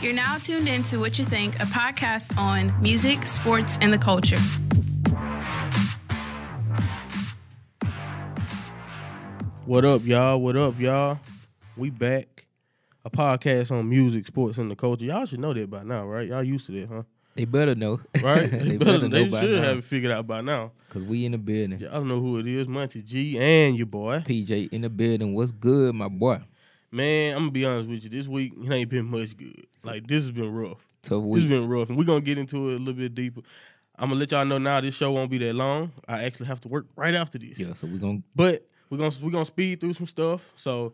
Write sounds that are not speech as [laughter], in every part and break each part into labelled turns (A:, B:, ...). A: You're now tuned into What You Think, a podcast on music, sports, and the culture.
B: What up, y'all? What up, y'all? We back. A podcast on music, sports, and the culture. Y'all should know that by now, right? Y'all used to that,
C: [laughs]
B: huh?
C: They better know. [laughs]
B: Right? [laughs]
C: they,
B: they
C: better, know
B: they
C: by
B: should have
C: now.
B: it figured out by now.
C: Because we in the building.
B: Yeah, I don't know who it is, Monty G and your boy.
C: PJ in the building. What's good, my boy?
B: Man, I'm gonna be honest with you. This week it ain't been much good. Like this has been rough. This
C: Tough week.
B: has been rough, and we're gonna get into it a little bit deeper. I'm gonna let y'all know now. This show won't be that long. I actually have to work right after this.
C: yeah, so we're going
B: But we're gonna we're gonna speed through some stuff. So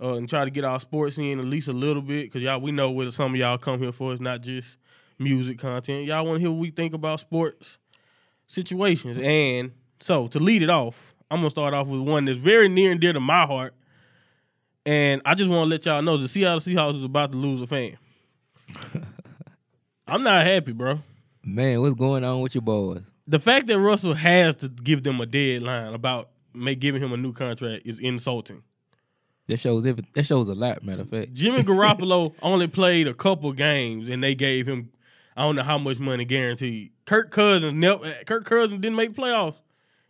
B: uh, and try to get our sports in at least a little bit because y'all we know what some of y'all come here for. It's not just music content. Y'all want to hear what we think about sports situations. And so to lead it off, I'm gonna start off with one that's very near and dear to my heart. And I just want to let y'all know the Seattle Seahawks is about to lose a fan. [laughs] I'm not happy, bro.
C: to, man, what's going on with your boys?
B: The fact that Russell has to give them a deadline about may giving him a new contract is insulting.
C: That shows every, That shows a lot, matter of fact.
B: Jimmy Garoppolo only played a couple games, and they gave him I don't know how much money guaranteed. Kirk Cousins never. Kirk Cousins didn't make playoffs,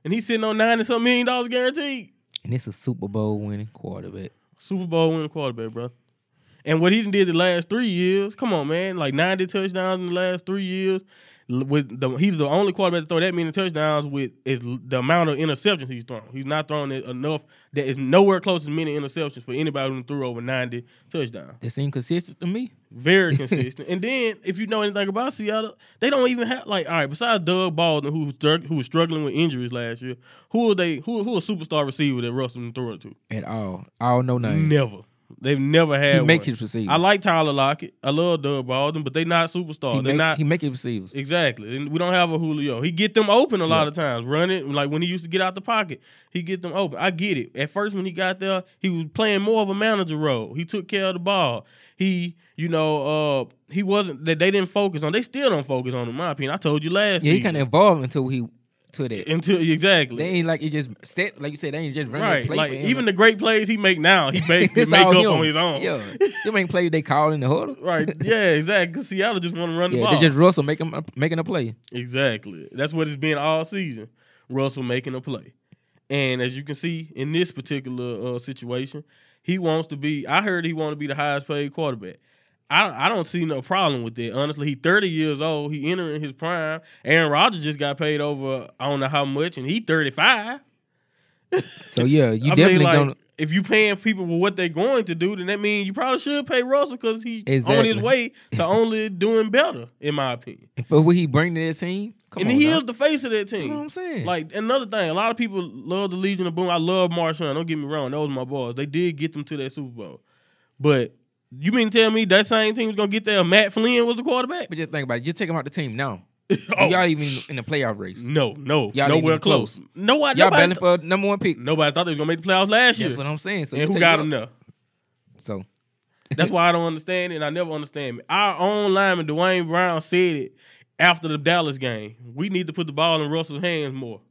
B: and he's sitting on nine and something million dollars guaranteed.
C: And it's a Super Bowl winning quarterback.
B: Super Bowl winning quarterback, bro. And what he done did the last three years, come on, man, like ninety touchdowns in the last three years. L- With the, he's the only quarterback to throw that many touchdowns with is l- the amount of interceptions he's thrown. He's not throwing it enough that is nowhere close to many interceptions for anybody who threw over ninety touchdowns.
C: That's inconsistent to me. [laughs]
B: Very consistent. and then, if you know anything about Seattle, they don't even have like all right. Besides Doug Baldwin, who was strugg- who was struggling with injuries last year, who are they? Who who a superstar receiver that Russell threw it to?
C: At all. All no name.
B: Never. They've never had.
C: he make
B: one.
C: his receivers.
B: I like Tyler Lockett. I love Doug Baldwin, but they not superstar.
C: he,
B: They're
C: make,
B: not
C: he make his receivers.
B: exactly. And we don't have a Julio. He get them open a lot of times. Run it like when he used to get out the pocket, he get them open. I get it. At first, when he got there, he was playing more of a manager role. He took care of the ball. He, you know, uh, he wasn't that they didn't focus on. They still don't focus on. him, In my opinion, I told you last.
C: yeah, he
B: season.
C: kind of evolved until he to that.
B: until exactly.
C: They ain't like it just set like you said. They ain't just running.
B: Right, like
C: [laughs]
B: even the great plays he make now, he basically
C: it's
B: make up
C: all him.
B: on his own.
C: Yeah, them ain't play. They call in
B: [laughs]
C: the huddle.
B: Right, yeah, exactly. Seattle just want to run the
C: Yeah,
B: ball.
C: they just Russell making making a play.
B: Exactly. That's what it's been all season. Russell making a play. And as you can see in this particular uh, situation, he wants to be. I heard he want to be the highest paid quarterback. I I don't see no problem with that. Honestly, he 30 years old. He entering his prime. Aaron Rodgers just got paid over. I don't know how much, and he 35.
C: So
B: [laughs] I
C: yeah, you
B: mean,
C: definitely
B: like,
C: don't.
B: If you paying people for what they're going to do, then that means you probably should pay Russell because he's on his
C: Exactly.
B: way to only doing better, in my opinion.
C: But what he bring to that team, come
B: and
C: on,
B: he
C: now.
B: is the face of that team.
C: You know what I'm [laughs] saying?
B: Like another thing, a lot of people love the Legion of Boom. I love Marshawn. Don't get me wrong; those my boys. They did get them to that Super Bowl, but you mean to tell me that same team was gonna get there? Matt Flynn was the quarterback. [laughs]
C: but just think about it. Just take him out the team now.
B: Oh,
C: Y'all even in the playoff race.
B: no, no,
C: Y'all ain't
B: nowhere
C: even
B: close.
C: close.
B: Nobody,
C: Y'all
B: nobody,
C: battling for number one pick.
B: nobody thought they was gonna make the playoffs last
C: That's
B: year,
C: what I'm saying. So you
B: and who
C: take
B: got
C: Russ-
B: them there?
C: So
B: That's why I don't understand it, and I never understand it. Our own lineman, Dwayne Brown, said it after the Dallas game. We need to put the ball in Russell's hands more.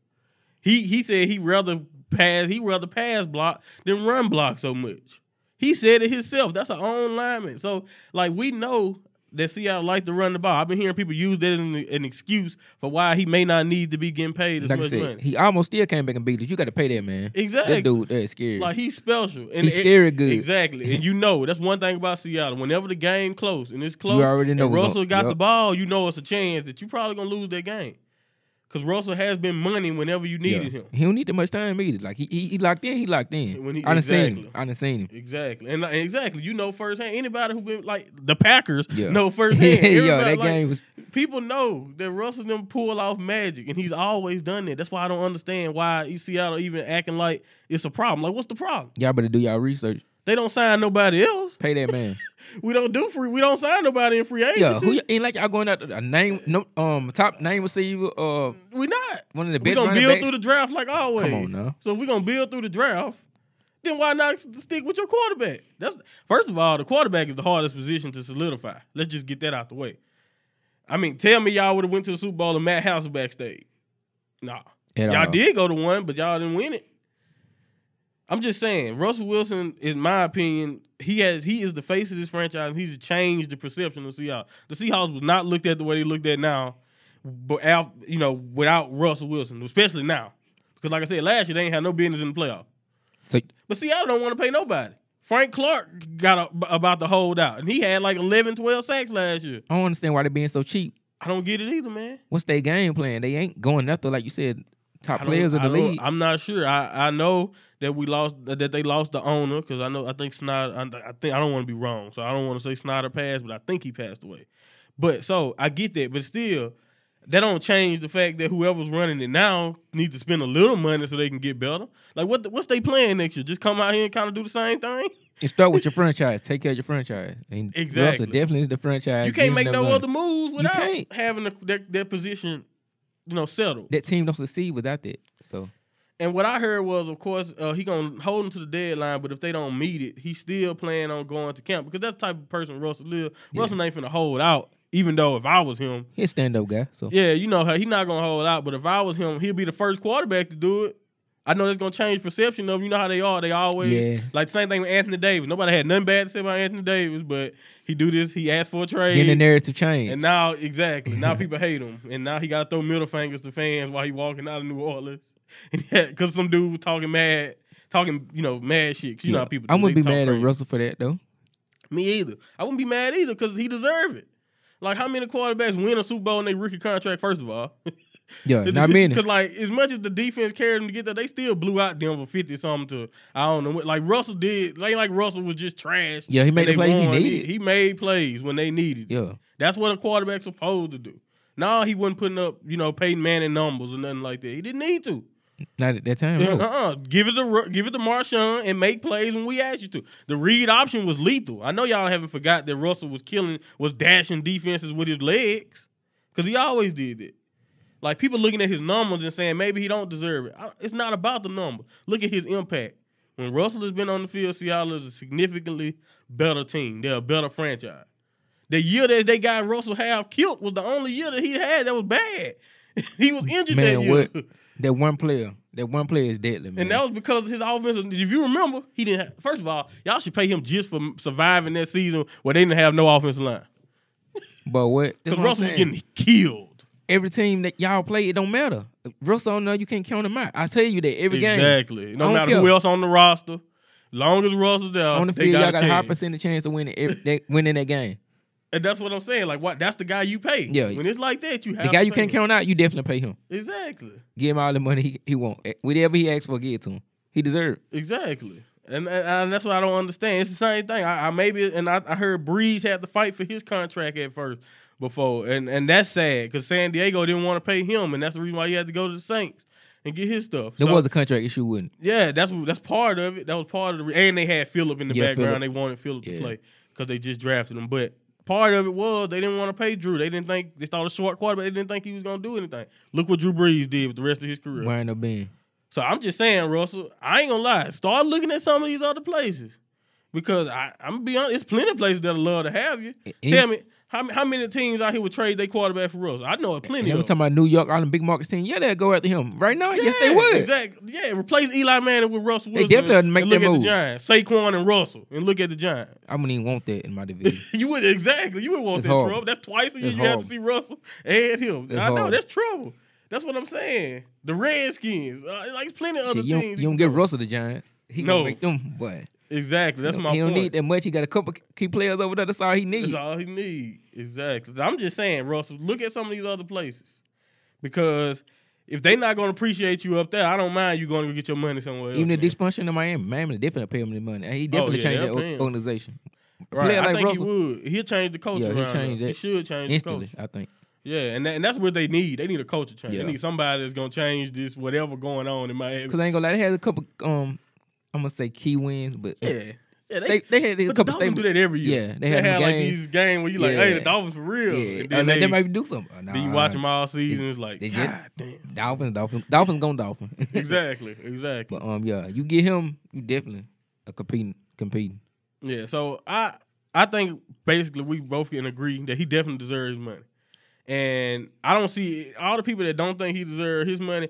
B: He he said he rather pass he rather pass block than run block so much. He said it himself. That's our own lineman. So like we know that Seattle like to run the ball. I've been hearing people use that as an, an excuse for why he may not need to be getting paid as
C: like I
B: much
C: said,
B: money.
C: he almost still came back and beat us. You got to pay that man.
B: exactly.
C: That dude, that's scary.
B: Like he's special. And
C: He's
B: it-
C: scary good.
B: Exactly. And you know, that's one thing about Seattle. Whenever the game close and it's close,
C: You already know
B: and
C: we're
B: Russell got
C: gonna-
B: the
C: yup.
B: ball, you know it's a chance that you probably gonna lose that game. Cause Russell has been money whenever you
C: Yeah.
B: needed him.
C: He don't need that much time either. Like he he, he locked in. He locked in.
B: When he-
C: I done seen
B: exactly.
C: him. I done seen him.
B: Exactly. And, like, exactly. You know firsthand. Anybody who been like the Packers
C: Yeah. [laughs]
B: know firsthand. [laughs]
C: Yo,
B: Everybody,
C: that
B: like,
C: game was
B: people know that Russell them pull off magic, and he's always done that. That's why I don't understand why you Seattle even acting like it's a problem. Like, what's the problem?
C: Y'all better do y'all research.
B: They don't sign nobody else.
C: Pay that
B: [laughs]
C: man.
B: We don't do free. We don't sign nobody in free agency.
C: yeah, who y- ain't like y'all going out to- a name no um top name receiver uh
B: We not.
C: one of the
B: We
C: best
B: gonna
C: running
B: build
C: backs.
B: through the draft like always.
C: on now.
B: So if we gonna build through the draft, then why not s- stick with your quarterback? That's first of all, the quarterback is the hardest position to solidify. Let's just get that out the way. I mean, tell me y'all would have went to the Super Bowl and Matt House backstage. Nah,
C: At
B: y'all
C: all.
B: did go to one, but y'all didn't win it. I'm just saying, Russell Wilson, in my opinion, he has he is the face of this franchise. and He's changed the perception of the Seahawks. The Seahawks was not looked at the way they looked at now, but out you know without Russell Wilson, especially now, because like I said last year, they ain't had no business in the playoff.
C: So
B: But Seattle don't want to pay nobody. Frank Clark got a, about to hold out, and he had like 11, 12 sacks last year.
C: I don't understand why they're being so cheap.
B: I don't get it either, man.
C: What's their game plan? They ain't going after like you said, top
B: I don't-
C: players of the
B: I don't-
C: league.
B: I'm not sure. I, I know that we lost that they lost the owner because I know I think Snyder. I, I think I don't want to be wrong, so I don't want to say Snyder passed, but I think he passed away. But so I get that, but still, that don't change the fact that whoever's running it now needs to spend a little money so they can get better. Like what? The, what's they plan next year? Just come out here and kind of do the same thing.
C: And start with your franchise. Take care of your franchise. And
B: Exactly.
C: Russell definitely is the franchise.
B: You
C: Give
B: can't
C: him
B: make
C: that
B: no
C: money.
B: other moves without
C: can't.
B: having the, that, that position, you know, settled.
C: That team don't succeed without that. So
B: And what I heard was, of course, uh, he gonna hold him to the deadline, but if they don't meet it, he still planning on going to camp because that's the type of person Russell is.
C: Yeah.
B: Russell ain't finna hold out. Even though if I was him,
C: he's a stand up guy. So
B: yeah, you know how he not gonna hold out. But if I was him, he'd be the first quarterback to do it. I know that's gonna change perception of him. you know how they are. They always
C: Yeah.
B: like the same thing with Anthony Davis. Nobody had nothing bad to say about Anthony Davis, but he do this. He asked for a trade.
C: then the narrative change.
B: And now, exactly.
C: [laughs]
B: Now people hate him. And now he got to throw middle fingers to fans while he walking out of New Orleans. [laughs] Because some dude was talking mad, talking, you know, mad shit. 'Cause you know
C: Yeah.
B: how people do.
C: I'm gonna
B: They
C: be
B: talk
C: mad
B: crazy.
C: at Russell for that though.
B: Me either. I wouldn't be mad either because he deserved it. Like, how many quarterbacks win a Super Bowl and they rookie contract, first of all? [laughs]
C: Yeah, [laughs] not many.
B: Because, like, as much as the defense carried them to get there, they still blew out Denver 50 something to, I don't know. what- Like, Russell did. They like Russell was just trash.
C: Yeah, he
B: and
C: made the
B: they
C: plays he
B: won.
C: needed.
B: He made plays when they needed. it.
C: yeah,
B: That's what a quarterback's supposed to do. No, he wasn't putting up, you know, Peyton Manning numbers or nothing like that. He didn't need to.
C: not at that time.
B: Uh [laughs]
C: no.
B: uh Give it to Ru- give it to Marshawn and make plays when we ask you to. The read option was lethal. I know y'all haven't forgot that Russell was killing, was dashing defenses with his legs, because he always did it. Like people looking at his numbers and saying maybe he don't deserve it. I- it's not about the number. Look at his impact. When Russell has been on the field, Seattle is a significantly better team. They're a better franchise. The year that they got Russell half killed was the only year that he had that was bad. [laughs] he was injured that
C: Man,
B: year.
C: what- That one player, that one player is deadly, man.
B: And that was because his offensive. If you remember, he didn't. Have, first of all, y'all should pay him just for surviving that season where they didn't have no offensive line
C: but what? that's
B: because
C: what I'm
B: Russell was
C: saying.
B: getting killed.
C: every team that y'all play, it don't matter. Russell, don't know you can't count him out. I tell you that every game
B: Exactly. No
C: don't
B: matter
C: care.
B: who else on the roster, long as Russell's there,
C: on the
B: they
C: field,
B: got
C: y'all
B: a
C: got a high
B: chance.
C: percentage chance of winning every, that, winning
B: [laughs]
C: that game.
B: And that's what I'm saying. Like, what? That's the guy you pay.
C: Yeah.
B: When it's like that, you have
C: The guy
B: to
C: you
B: pay
C: can't
B: him.
C: count out, you definitely pay him.
B: Exactly.
C: Give him all the money he, he want. Eh, Whatever he asks for, give it to him. He deserved.
B: Exactly. And, and, and that's what I don't understand. It's the same thing. I, I maybe and I, I heard Breeze had to fight for his contract at first before, and and that's sad because San Diego didn't want to pay him, and that's the reason why he had to go to the Saints and get his stuff.
C: There
B: So,
C: was a contract issue, wouldn't? it?
B: yeah, that's what- that's part of it. That was part of the re- and they had Phillip in the
C: Yeah,
B: background.
C: Phillip.
B: They wanted Phillip to
C: Yeah.
B: play because they just drafted him, but. Part of it was they didn't want to pay Drew. They didn't think they thought a short quarterback. They didn't think he was gonna do anything. Look what Drew Brees did with the rest of his career.
C: Wearing a band.
B: So I'm just saying, Russell, I ain't gonna lie. Start looking at some of these other places because I, I'm gonna be honest. It's plenty of places that'll love to have you.
C: And-
B: Tell me how m- how many teams out here would trade their quarterback for Russell? I know a
C: And
B: plenty.
C: every
B: Of them.
C: time I New York Island big market team, yeah, they'll go after him right now. yes, they
B: Yeah,
C: would.
B: Exactly. Yeah, replace Eli Manning with Russell
C: They
B: Wilson.
C: definitely
B: and-
C: make
B: and look
C: that
B: at
C: move.
B: the Giants, Saquon and Russell, and look at the Giants. [laughs]
C: I wouldn't even want that in my division.
B: You would exactly. You would want
C: It's
B: that
C: horrible.
B: trouble. That's twice a year
C: It's
B: you have
C: horrible.
B: to see Russell and him.
C: It's
B: I know
C: horrible.
B: that's trouble. That's what I'm saying. The Redskins, uh, like plenty of [laughs] other
C: Shit, you, don't,
B: teams.
C: you don't get Russell the Giants. He
B: No.
C: gonna make them boy.
B: exactly. That's
C: he
B: my
C: don't
B: point.
C: need that much. He got a couple key players over there. That's all he needs.
B: That's all he need. Exactly. I'm just saying, Russell, look at some of these other places. Because if they not gonna appreciate you up there, I don't mind you going to get your money somewhere
C: Even if
B: else.
C: Dick Punching in Miami, Miami definitely pay him the money. He definitely
B: Oh, yeah,
C: changed
B: they'll
C: that
B: pay
C: o-
B: him.
C: organization
B: man. right,
C: player
B: I
C: like
B: think
C: Russell-
B: he would. He'll change the culture
C: Yeah, he'll
B: around.
C: change
B: there. He
C: that
B: should change the
C: instantly.
B: culture.
C: I think.
B: Yeah, and, that, and that's what they need. They need a culture change.
C: Yeah.
B: They need somebody that's gonna change this whatever going on in Miami.
C: Because I ain't gonna lie, they had a couple. Um, I'm gonna say key wins, but uh,
B: Yeah. yeah they,
C: they, they had
B: but
C: a
B: the
C: couple
B: Dolphins
C: stable.
B: do that every year.
C: Yeah, they have them
B: like
C: games.
B: these games where you like, hey, the
C: Yeah.
B: Dolphins for real.
C: Yeah,
B: And
C: uh,
B: then
C: like,
B: they-
C: they might do something. Uh,
B: then you
C: nah,
B: watch them all season. It's like,
C: they
B: God
C: just-
B: damn.
C: Dolphins, Dolphins, Dolphins gone Dolphin. [laughs]
B: Exactly, exactly.
C: but um, yeah, you get him, you definitely a competing, competing.
B: Yeah, so I I think basically we both can agree that he definitely deserves his money. And I don't see all the people that don't think he deserves his money,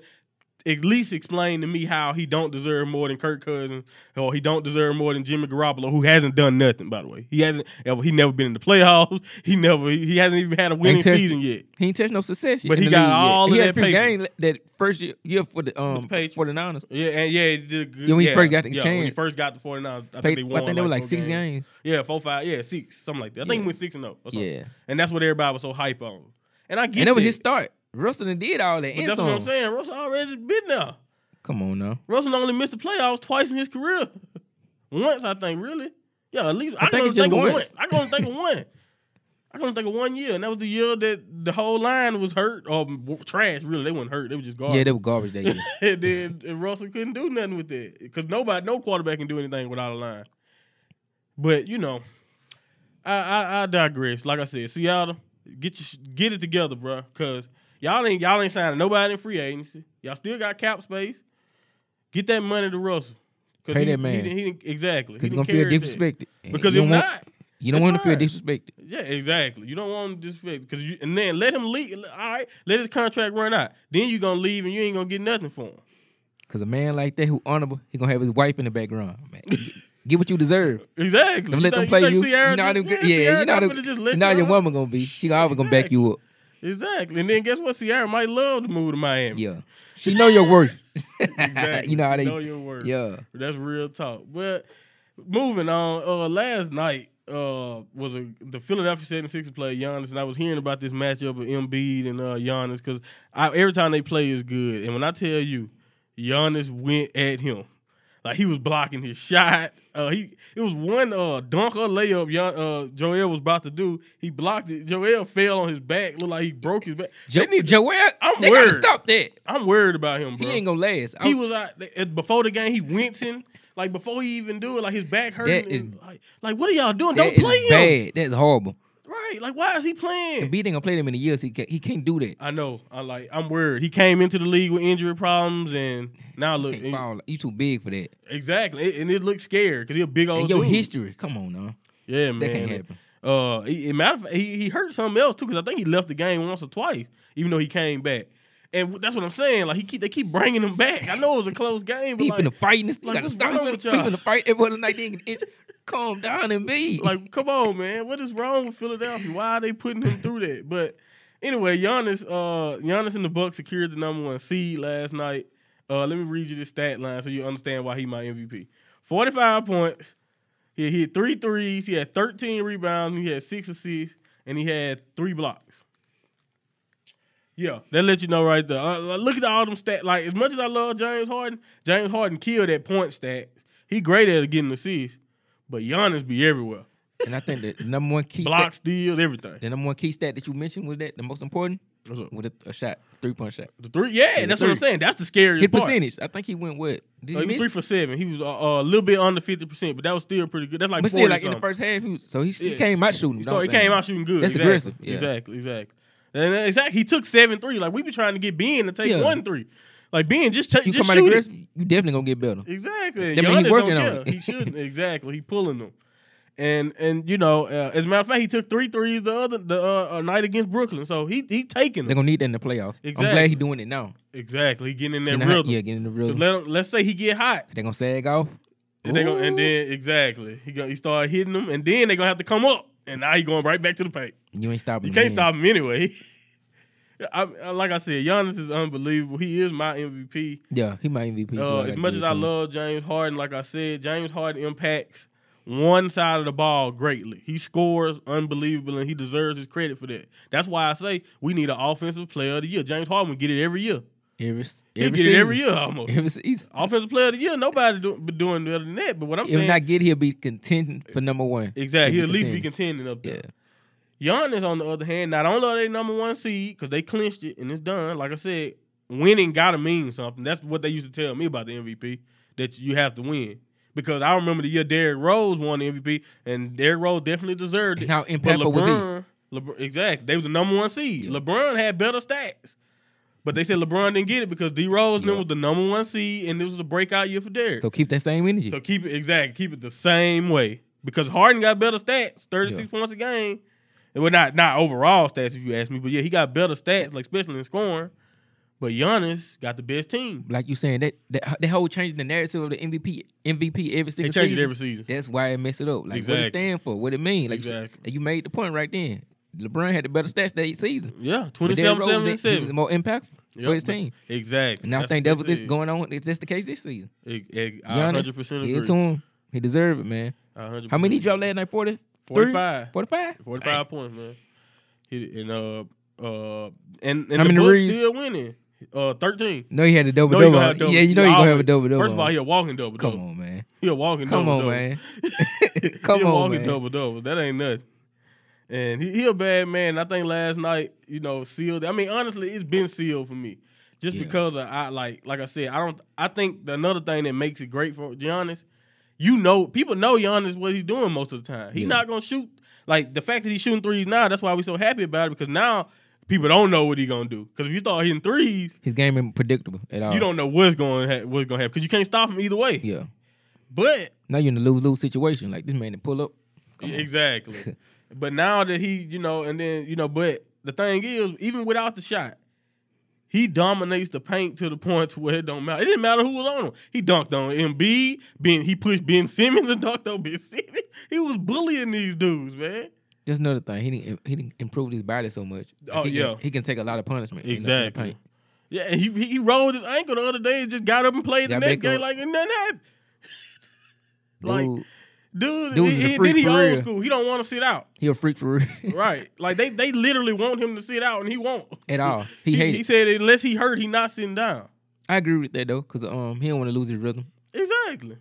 B: at least explain to me how he don't deserve more than Kirk Cousins or he don't deserve more than Jimmy Garoppolo, who hasn't done nothing. By the way, he hasn't ever. He never been in the playoffs. [laughs] He never. He, he hasn't even had a winning
C: touched-
B: season yet.
C: He ain't touched no success yet.
B: But he
C: in the
B: got
C: league yet.
B: all of
C: he had
B: that
C: three
B: paper.
C: games that first year, year for the um
B: the Patriots.
C: for the Niners.
B: Yeah, and yeah, he did good.
C: Yeah, when he
B: yeah,
C: first got the
B: yeah, When he
C: chance.
B: first got the 49ers, I think
C: Played-
B: they
C: I
B: won.
C: think they were like
B: four
C: six games.
B: Yeah, four, five, yeah, six, something like that. I think
C: Yeah.
B: he went six and zero. or something.
C: Yeah,
B: and that's what everybody was so hype on. And I get
C: and that was
B: that.
C: his start. Russell done did all that.
B: But
C: And
B: that's what I'm
C: some.
B: saying. Russell already been there.
C: Come on now.
B: Russell only missed the playoffs twice in his career. [laughs] once, I think, really. Yeah, at least I, can
C: I think
B: only
C: it's just
B: think of one.
C: once.
B: I can only think of
C: [laughs]
B: one. I can only think of one year, and that was the year that the whole line was hurt or w- trash. Really, they weren't hurt; they were just garbage.
C: Yeah, they were
B: [laughs]
C: garbage that year.
B: and then and Russell couldn't do nothing with that because nobody, no quarterback can do anything without a line. But you know, I, I, I digress. Like I said, Seattle, get your, sh- get it together, bro. Because y'all ain't y'all ain't signing nobody in free agency. Y'all still got cap space. Get that money to Russell. 'Cause
C: Pay
B: he-
C: that man.
B: He, didn't- he didn't- exactly.
C: Because he's
B: He
C: gonna
B: didn't
C: feel
B: carry that.
C: disrespected. And
B: Because
C: you
B: if
C: don't want,
B: not,
C: you don't
B: it's
C: want to feel
B: fine.
C: disrespected.
B: yeah, exactly. You don't want him to disrespect because you and then let him leave. All right, let his contract run out. Then you gonna leave and you ain't gonna get nothing for him.
C: Because a man like that who honorable, he gonna have his wife in the background. Man, get, get what you deserve.
B: Exactly.
C: Don't let them play you.
B: Sierra,
C: you know how them, yeah,
B: yeah, Sierra
C: you know how
B: not
C: them-
B: finna just
C: you
B: let
C: know how
B: you
C: your
B: up.
C: woman gonna be. She always gonna back you up.
B: Exactly. And then guess what? Sierra might love to move to Miami.
C: Yeah, [laughs] she know your worth.
B: [laughs] Exactly.
C: [laughs] you know how
B: She
C: they.
B: know your word.
C: yeah,
B: That's real talk. But moving on, uh, last night uh, was a, the Philadelphia 76ers played Giannis, and I was hearing about this matchup of Embiid and uh, Giannis because every time they play is good. And when I tell you, Giannis went at him. Like he was blocking his shot. Uh, he it was one uh dunk or layup. Gian, uh, Joel was about to do. He blocked it. Joel fell on his back. Looked like he broke his back.
C: jo-
B: They need to-
C: Joel,
B: I'm
C: they
B: worried.
C: gotta stop that.
B: I'm worried about him, bro.
C: He ain't gonna last. I-
B: He was out at- before the game. He wincing, like before he even do it, like his back hurting.
C: That is-
B: and, like, like what are y'all doing?
C: that
B: Don't
C: is
B: play him,
C: bad. That's horrible.
B: right? Like why is he playing?
C: Embiid ain't gonna play them in the years. He can't, he can't do that.
B: I know. I like. I'm worried. He came into the league with injury problems, and now look
C: Can't
B: and-
C: foul. You too big for that.
B: exactly, and it looks scared because he a big old
C: and your
B: Oh, dude.
C: history. Come on now.
B: Yeah, man.
C: That can't happen.
B: Uh, he, matter of fact, he, he hurt something else too because I think he left the game once or twice, even though he came back. And that's what I'm saying. Like he keep they keep bringing him back. I know it was a close game, but
C: People
B: like,
C: in the fighting. This
B: like,
C: like, gotta
B: what's
C: stop
B: wrong
C: him.
B: with
C: People
B: y'all?
C: in the fight. Everyone tonight didn't get injured. Calm down and be.
B: [laughs] like, come on, man. What is wrong with Philadelphia? Why are they putting him through that? But anyway, Giannis, uh, Giannis and the Bucks secured the number one seed last night. Uh, let me read you this stat line so you understand why he my MVP. 45 points. He hit three threes. He had 13 rebounds. He had six assists, and he had three blocks. Yeah, that let you know right there. Uh, uh, look at all them stat. Like as much as I love James Harden, James Harden killed that point stat. He great at getting assists, but Giannis be everywhere
C: and I think that the number one key
B: block
C: Stat,
B: steals, everything.
C: the number one key stat that you mentioned was that the most important
B: What's up?
C: was a, a shot, three point shot.
B: The three, yeah,
C: the
B: that's what I'm
C: three.
B: saying. That's the scariest
C: Hit
B: part.
C: percentage. I think he went what? Did
B: Uh, he was
C: miss?
B: three for seven. He was uh, uh, a little bit under fifty percent, but that was still pretty good. That's like
C: but
B: forty
C: still, like in the
B: something.
C: first half, he was, so he, he
B: Yeah.
C: came out shooting.
B: He,
C: you know
B: started-
C: what
B: he
C: I'm
B: came
C: saying?
B: out shooting good.
C: That's
B: exactly.
C: aggressive, yeah.
B: Exactly, exactly. And then, exactly, he took seven three. Like we be trying to get Ben to take
C: Yeah.
B: one three. Like Ben just take
C: You
B: just
C: come out
B: shoot it.
C: aggressive, you definitely gonna get better.
B: Exactly.
C: That mean he
B: Giannis
C: working
B: don't care.
C: on it.
B: he
C: [laughs]
B: shouldn't. Exactly. He pulling them. And and you know, uh, as a matter of fact, he took three threes the other the uh, uh, night against Brooklyn. So he he taking
C: They're
B: them.
C: gonna need that in the playoffs. I'm glad
B: Exactly.
C: he's doing it now.
B: Exactly. He getting in that
C: You know how-
B: rhythm.
C: yeah, getting the real.
B: 'Cause Let him, let's say he get hot.
C: They're gonna sag off.
B: And, they gonna, and
C: Ooh.
B: then exactly, he gonna, he started hitting them, and then they gonna have to come up, and now he going right back to the paint.
C: you ain't stopping.
B: You
C: him
B: can't
C: then.
B: stop him anyway. [laughs] I, I- like I said, Giannis is unbelievable. He is my MVP.
C: Yeah, he my MVP. so
B: Uh,
C: gotta
B: as much
C: give
B: as I
C: it to him.
B: love James Harden, like I said, James Harden impacts one side of the ball greatly. He scores unbelievable, and he deserves his credit for that. That's why I say we need an offensive player of the year. James Harden would get it every year.
C: every
B: He
C: every
B: get it every
C: season.
B: year almost.
C: Every season.
B: Offensive player of the year, nobody do, been doing better than that. But what I'm
C: If
B: saying,
C: not get, he'll be contending for number one.
B: Exactly. He'll
C: He'll
B: at
C: be
B: least be contending up
C: Yeah,
B: there. Giannis, on the other hand, not only are they number one seed, because they clinched it and it's done, like I said, winning gotta mean something. That's what they used to tell me about the MVP, that you have to win. Because I remember the year Derrick Rose won the MVP, and Derrick Rose definitely deserved it.
C: and how
B: But
C: impactful was he?
B: LeBron, LeBron, exactly. They was the number one seed.
C: Yeah.
B: LeBron had better stats. But they said LeBron didn't get it because D Rose then
C: Yeah.
B: was the number one seed, and this was a breakout year for Derrick.
C: So keep that same energy.
B: So keep it exact. Keep it the same way because Harden got better stats, thirty six points a game. Well, not not overall stats if you ask me, but yeah, he got better stats, like especially in scoring. But Giannis got the best team.
C: Like you saying that that that whole changing the narrative of the MVP MVP
B: They
C: every single
B: change it
C: season,
B: every season.
C: That's why it messed it up. Like what
B: Exactly.
C: it stand for, what it mean. Like you said-
B: Exactly.
C: and you made the point right then. LeBron had the better stats that season.
B: Yeah,
C: But Derrick
B: 27,
C: Rose,
B: 7,
C: he was more impactful for his team.
B: Exactly.
C: And I
B: That's
C: think
B: what
C: that was
B: they said.
C: going on. If that's the case this season,
B: Eg- eg- I
C: Giannis,
B: 100%
C: give it
B: agree.
C: to him. He deserved it, man.
B: I 100%
C: How many he
B: agree.
C: dropped last night? 40?
B: 45.
C: 45?
B: 45 points, man. He and uh uh and, and
C: How
B: the
C: many
B: Bucks
C: reads?
B: still winning. Uh 13.
C: No, he had a double
B: No, you
C: double.
B: gonna have double.
C: Yeah, you know you're gonna have a
B: always-
C: double double.
B: First of all, he a walking double
C: come
B: double.
C: on, man.
B: He a walking
C: Come
B: double double.
C: on, man.
B: he
C: come
B: a
C: on,
B: walking
C: man.
B: double double. That ain't nothing. And he, he a bad man. I think last night, you know, sealed. I mean, honestly, it's been sealed for me. Just
C: Yeah.
B: because of, I like like I said, I don't I think the- another thing that makes it great for Giannis, you know, people know Giannis what he's doing most of the time. He's
C: Yeah.
B: not gonna shoot like the fact that he's shooting threes now, that's why we're so happy about it, because now people don't know what he's gonna do. Because if you start hitting threes,
C: His game ain't predictable at all.
B: you don't know what's going ha- what's gonna happen. Because you can't stop him either way.
C: Oh. Yeah.
B: But
C: Now you're in a lose lose situation. Like this man to pull up. Come on. [laughs]
B: Exactly. but now that he, you know, and then, you know, but the thing is, even without the shot, he dominates the paint to the [laughs] point to where it don't matter. It didn't matter who was on him. He dunked on MB. Ben, he pushed Ben Simmons and [laughs] dunked on Ben Simmons. He was bullying these dudes, man.
C: That's another thing. He didn't he didn't improve his body so much.
B: Oh,
C: he
B: yeah.
C: Can, he can take a lot of punishment. in the- in the
B: Exactly.
C: paint.
B: Yeah, and he he rolled his ankle the other day and just got up and played
C: Got
B: the next
C: back
B: game
C: up.
B: like and nothing happened. [laughs] like, dude,
C: Dude,
B: he,
C: Dude is a
B: he-
C: freak
B: then he
C: for
B: old
C: real.
B: school. He don't want to sit out.
C: he a freak for real.
B: Right. Like they they literally want him to sit out and he won't.
C: [laughs]
B: [laughs]
C: at all. He,
B: he,
C: hated.
B: he said unless he hurt, he not sitting down.
C: I agree with that though, because um he don't want to lose his rhythm.
B: Exactly.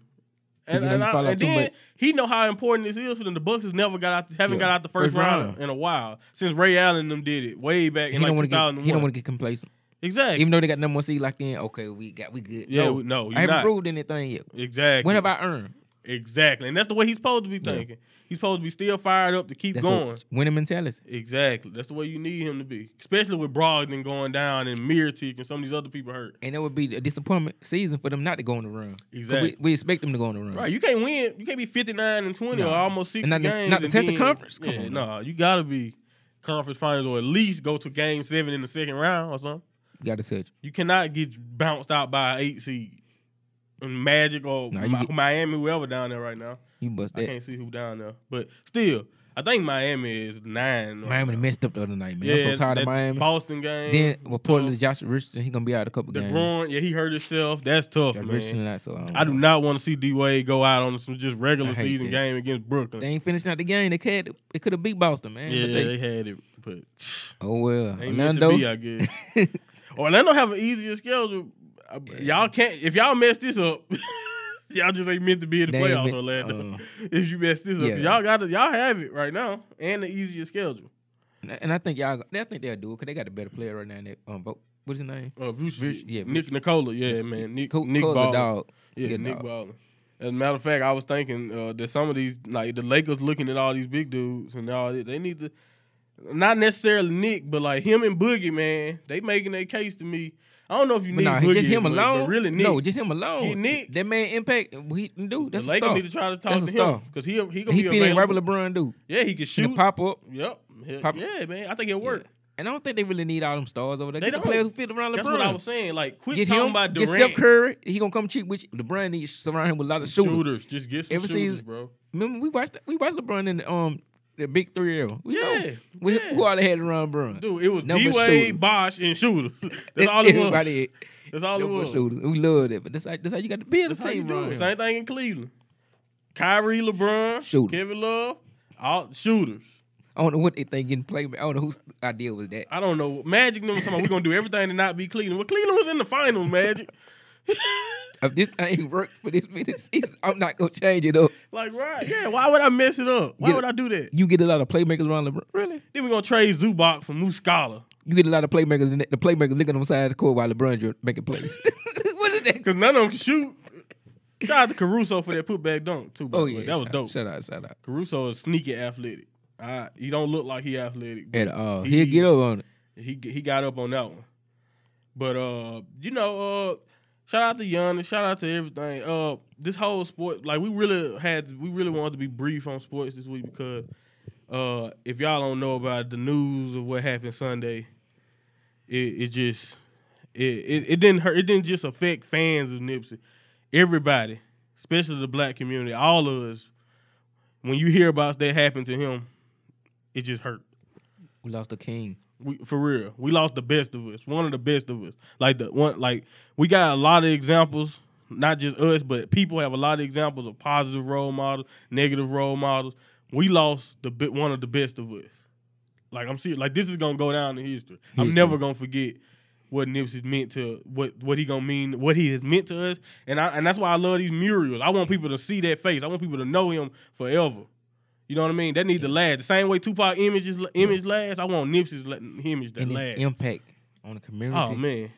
B: And,
C: let
B: and,
C: him
B: I-
C: fall out
B: and
C: too
B: then
C: much.
B: he know how important this is for them. The Bucks has never got out, haven't
C: Yeah.
B: got out the first,
C: First
B: round,
C: round.
B: in a while since Ray Allen and them did it way back
C: He
B: in
C: don't
B: like
C: want to get.
B: 2001.
C: He don't want to get complacent.
B: exactly.
C: Even though they got number one seed locked in, okay, we got we good.
B: yeah,
C: no,
B: we- no,
C: I
B: you're
C: haven't
B: not.
C: proved anything yet.
B: Exactly.
C: What have I earned?
B: Exactly, and that's the way he's supposed to be
C: Yeah.
B: thinking. He's supposed to be still fired up to keep
C: That's
B: going.
C: a winning mentality.
B: Exactly, that's the way you need him to be, especially with Brogdon going down and Miritic and some of these other people hurt.
C: And it would be a disappointment season for them not to go on the run. 'Cause
B: Exactly.
C: We, we expect them to go on the run.
B: Right, you can't win. You can't be fifty nine and twenty
C: No.
B: or almost sixty
C: And not to-
B: games.
C: not to
B: and
C: test the
B: then-
C: conference. Come
B: yeah,
C: on,
B: no, you gotta be conference finals or at least go to game seven in the second round or something.
C: Got to touch.
B: You cannot get bounced out by an eight seed, and Magic or
C: Nah, you
B: Mi-
C: get-
B: Miami, whoever down there right now.
C: You bust
B: I
C: that.
B: can't see who down there, but still, I think Miami is nine. right
C: Miami
B: now.
C: messed up the other night, man.
B: yeah,
C: I'm so tired
B: that
C: of Miami.
B: Boston game.
C: Then reportedly
B: tough.
C: Josh Richardson, he gonna be out a couple
B: the
C: games.
B: Bruin, yeah, he hurt himself. That's tough,
C: Josh
B: man.
C: Richardson out, so I, don't
B: I do
C: know.
B: not want to see D Wade go out on some just regular
C: I hate
B: season
C: that.
B: game against Brooklyn.
C: They ain't finishing out the game. They could they could have beat Boston, man.
B: Yeah,
C: but they,
B: they, had it, but
C: oh well.
B: ain't meant to be, I
C: Orlando,
B: guess.
C: [laughs]
B: Orlando have an easier schedule. Uh,
C: Yeah.
B: Y'all can't if y'all mess this up. [laughs] y'all just ain't meant to be in the
C: They ain't
B: playoffs,
C: meant-
B: Orlando.
C: uh,
B: [laughs] if you mess this up,
C: yeah.
B: y'all got to y'all have it right now and the easier schedule.
C: and I think y'all, I think they'll do it because they got a better player right now. In that, um, Bo- what's his name?
B: Uh, Vucevic,
C: Vuce- yeah,
B: Nick Nicola, yeah, man, Nick
C: Co-
B: Nick
C: Cole's a
B: Ball,
C: dog.
B: yeah,
C: He a
B: Nick
C: dog.
B: Ballin. As a matter of fact, I was thinking uh, that some of these, like the Lakers, looking at all these big dudes and all, that, they need to, not necessarily Nick, but like him and Boogie, man, they making their case to me. I don't know if you
C: But
B: need
C: nah,
B: Boogie,
C: just him
B: but- but
C: alone.
B: really, Nick.
C: No, just him alone.
B: He Nick.
C: That man impact. He can do. That's
B: the
C: a
B: Lakers
C: star.
B: need to try to talk
C: That's a
B: to him
C: star.
B: because he he gonna be
C: he fit in right
B: available.
C: with LeBron. Do
B: Yeah, he can
C: Shoot.
B: shoot.
C: pop up.
B: Yep. Yeah,
C: Pop-
B: yeah, man. I think it'll work.
C: And I don't think they really need all them stars over there.
B: They
C: Get the
B: don't.
C: players who fit around LeBron.
B: That's what I was saying. Like, quit
C: Get
B: talking
C: him.
B: about
C: Get
B: Durant.
C: Steph Curry. He gonna come cheap. Which LeBron needs to surround him with a lot of
B: Some
C: shooters.
B: Just get some
C: Every
B: shooters,
C: season-
B: bro.
C: Remember we watched we watched LeBron in the um the big three era. We know.
B: Yeah,
C: We,
B: yeah.
C: Who all they had around LeBron?
B: Dude, it was
C: Number
B: D Wade,
C: shooters.
B: Bosh, and shooters. [laughs] That's all it was.
C: Everybody had
B: That's all it
C: number
B: was.
C: shooters. We loved it, but that's how, that's how you got to build a
B: That's how you
C: team
B: do
C: around.
B: it.
C: him.
B: Same thing in Cleveland. Kyrie, LeBron,
C: Shooters.
B: Kevin Love, all shooters.
C: I don't know what they think getting played. I don't know whose idea was that.
B: I don't know. Magic number something. We're gonna do everything to not be Cleveland. Well, Cleveland was in the finals, Magic.
C: If Uh, this thing worked for this many [laughs] seasons, I'm not gonna change it up.
B: like, right. Yeah, why would I mess it up? Why
C: Get-
B: would I do that?
C: You get a lot of playmakers around LeBron. Really?
B: Then we're gonna trade Zubac for Muscala.
C: You get a lot of playmakers, and the playmakers looking on the side of the court while LeBron dri- making [laughs] plays. what is that?
B: Cause none of them can shoot. Shout out to Caruso for that putback dunk too. by
C: Oh
B: the way.
C: yeah,
B: that was
C: shout-
B: dope.
C: Shout out, shout out.
B: Caruso is sneaky athletic. I, he don't look like he athletic. but
C: At all,
B: He-
C: uh, he'll get up on it.
B: He he got up on that one. But uh, you know, uh, shout out to Giannis, shout out to everything. Uh, this whole sport, like we really had, we really wanted to be brief on sports this week because uh, if y'all don't know about the news of what happened Sunday, it, it just It, it it didn't hurt. It didn't just affect fans of Nipsey. Everybody, especially the black community, all of us. When you hear about that happened to him, it just hurt.
C: We lost a king.
B: We, for real, we lost the best of us. One of the best of us. Like the one, like we got a lot of examples. Not just us, but people have a lot of examples of positive role models, negative role models. We lost the bit one of the best of us. Like I'm serious. Like this is gonna go down in history. I'm
C: History.
B: never gonna forget what Nipsey meant to what what he gonna mean, what he has meant to us. And I and that's why I love these murals. I want people to see that face. I want people to know him forever. You know what I mean? That need to last. The same way Tupac images image last, I want Nipsey's la- image to
C: and his
B: last.
C: impact on the community.
B: Oh man.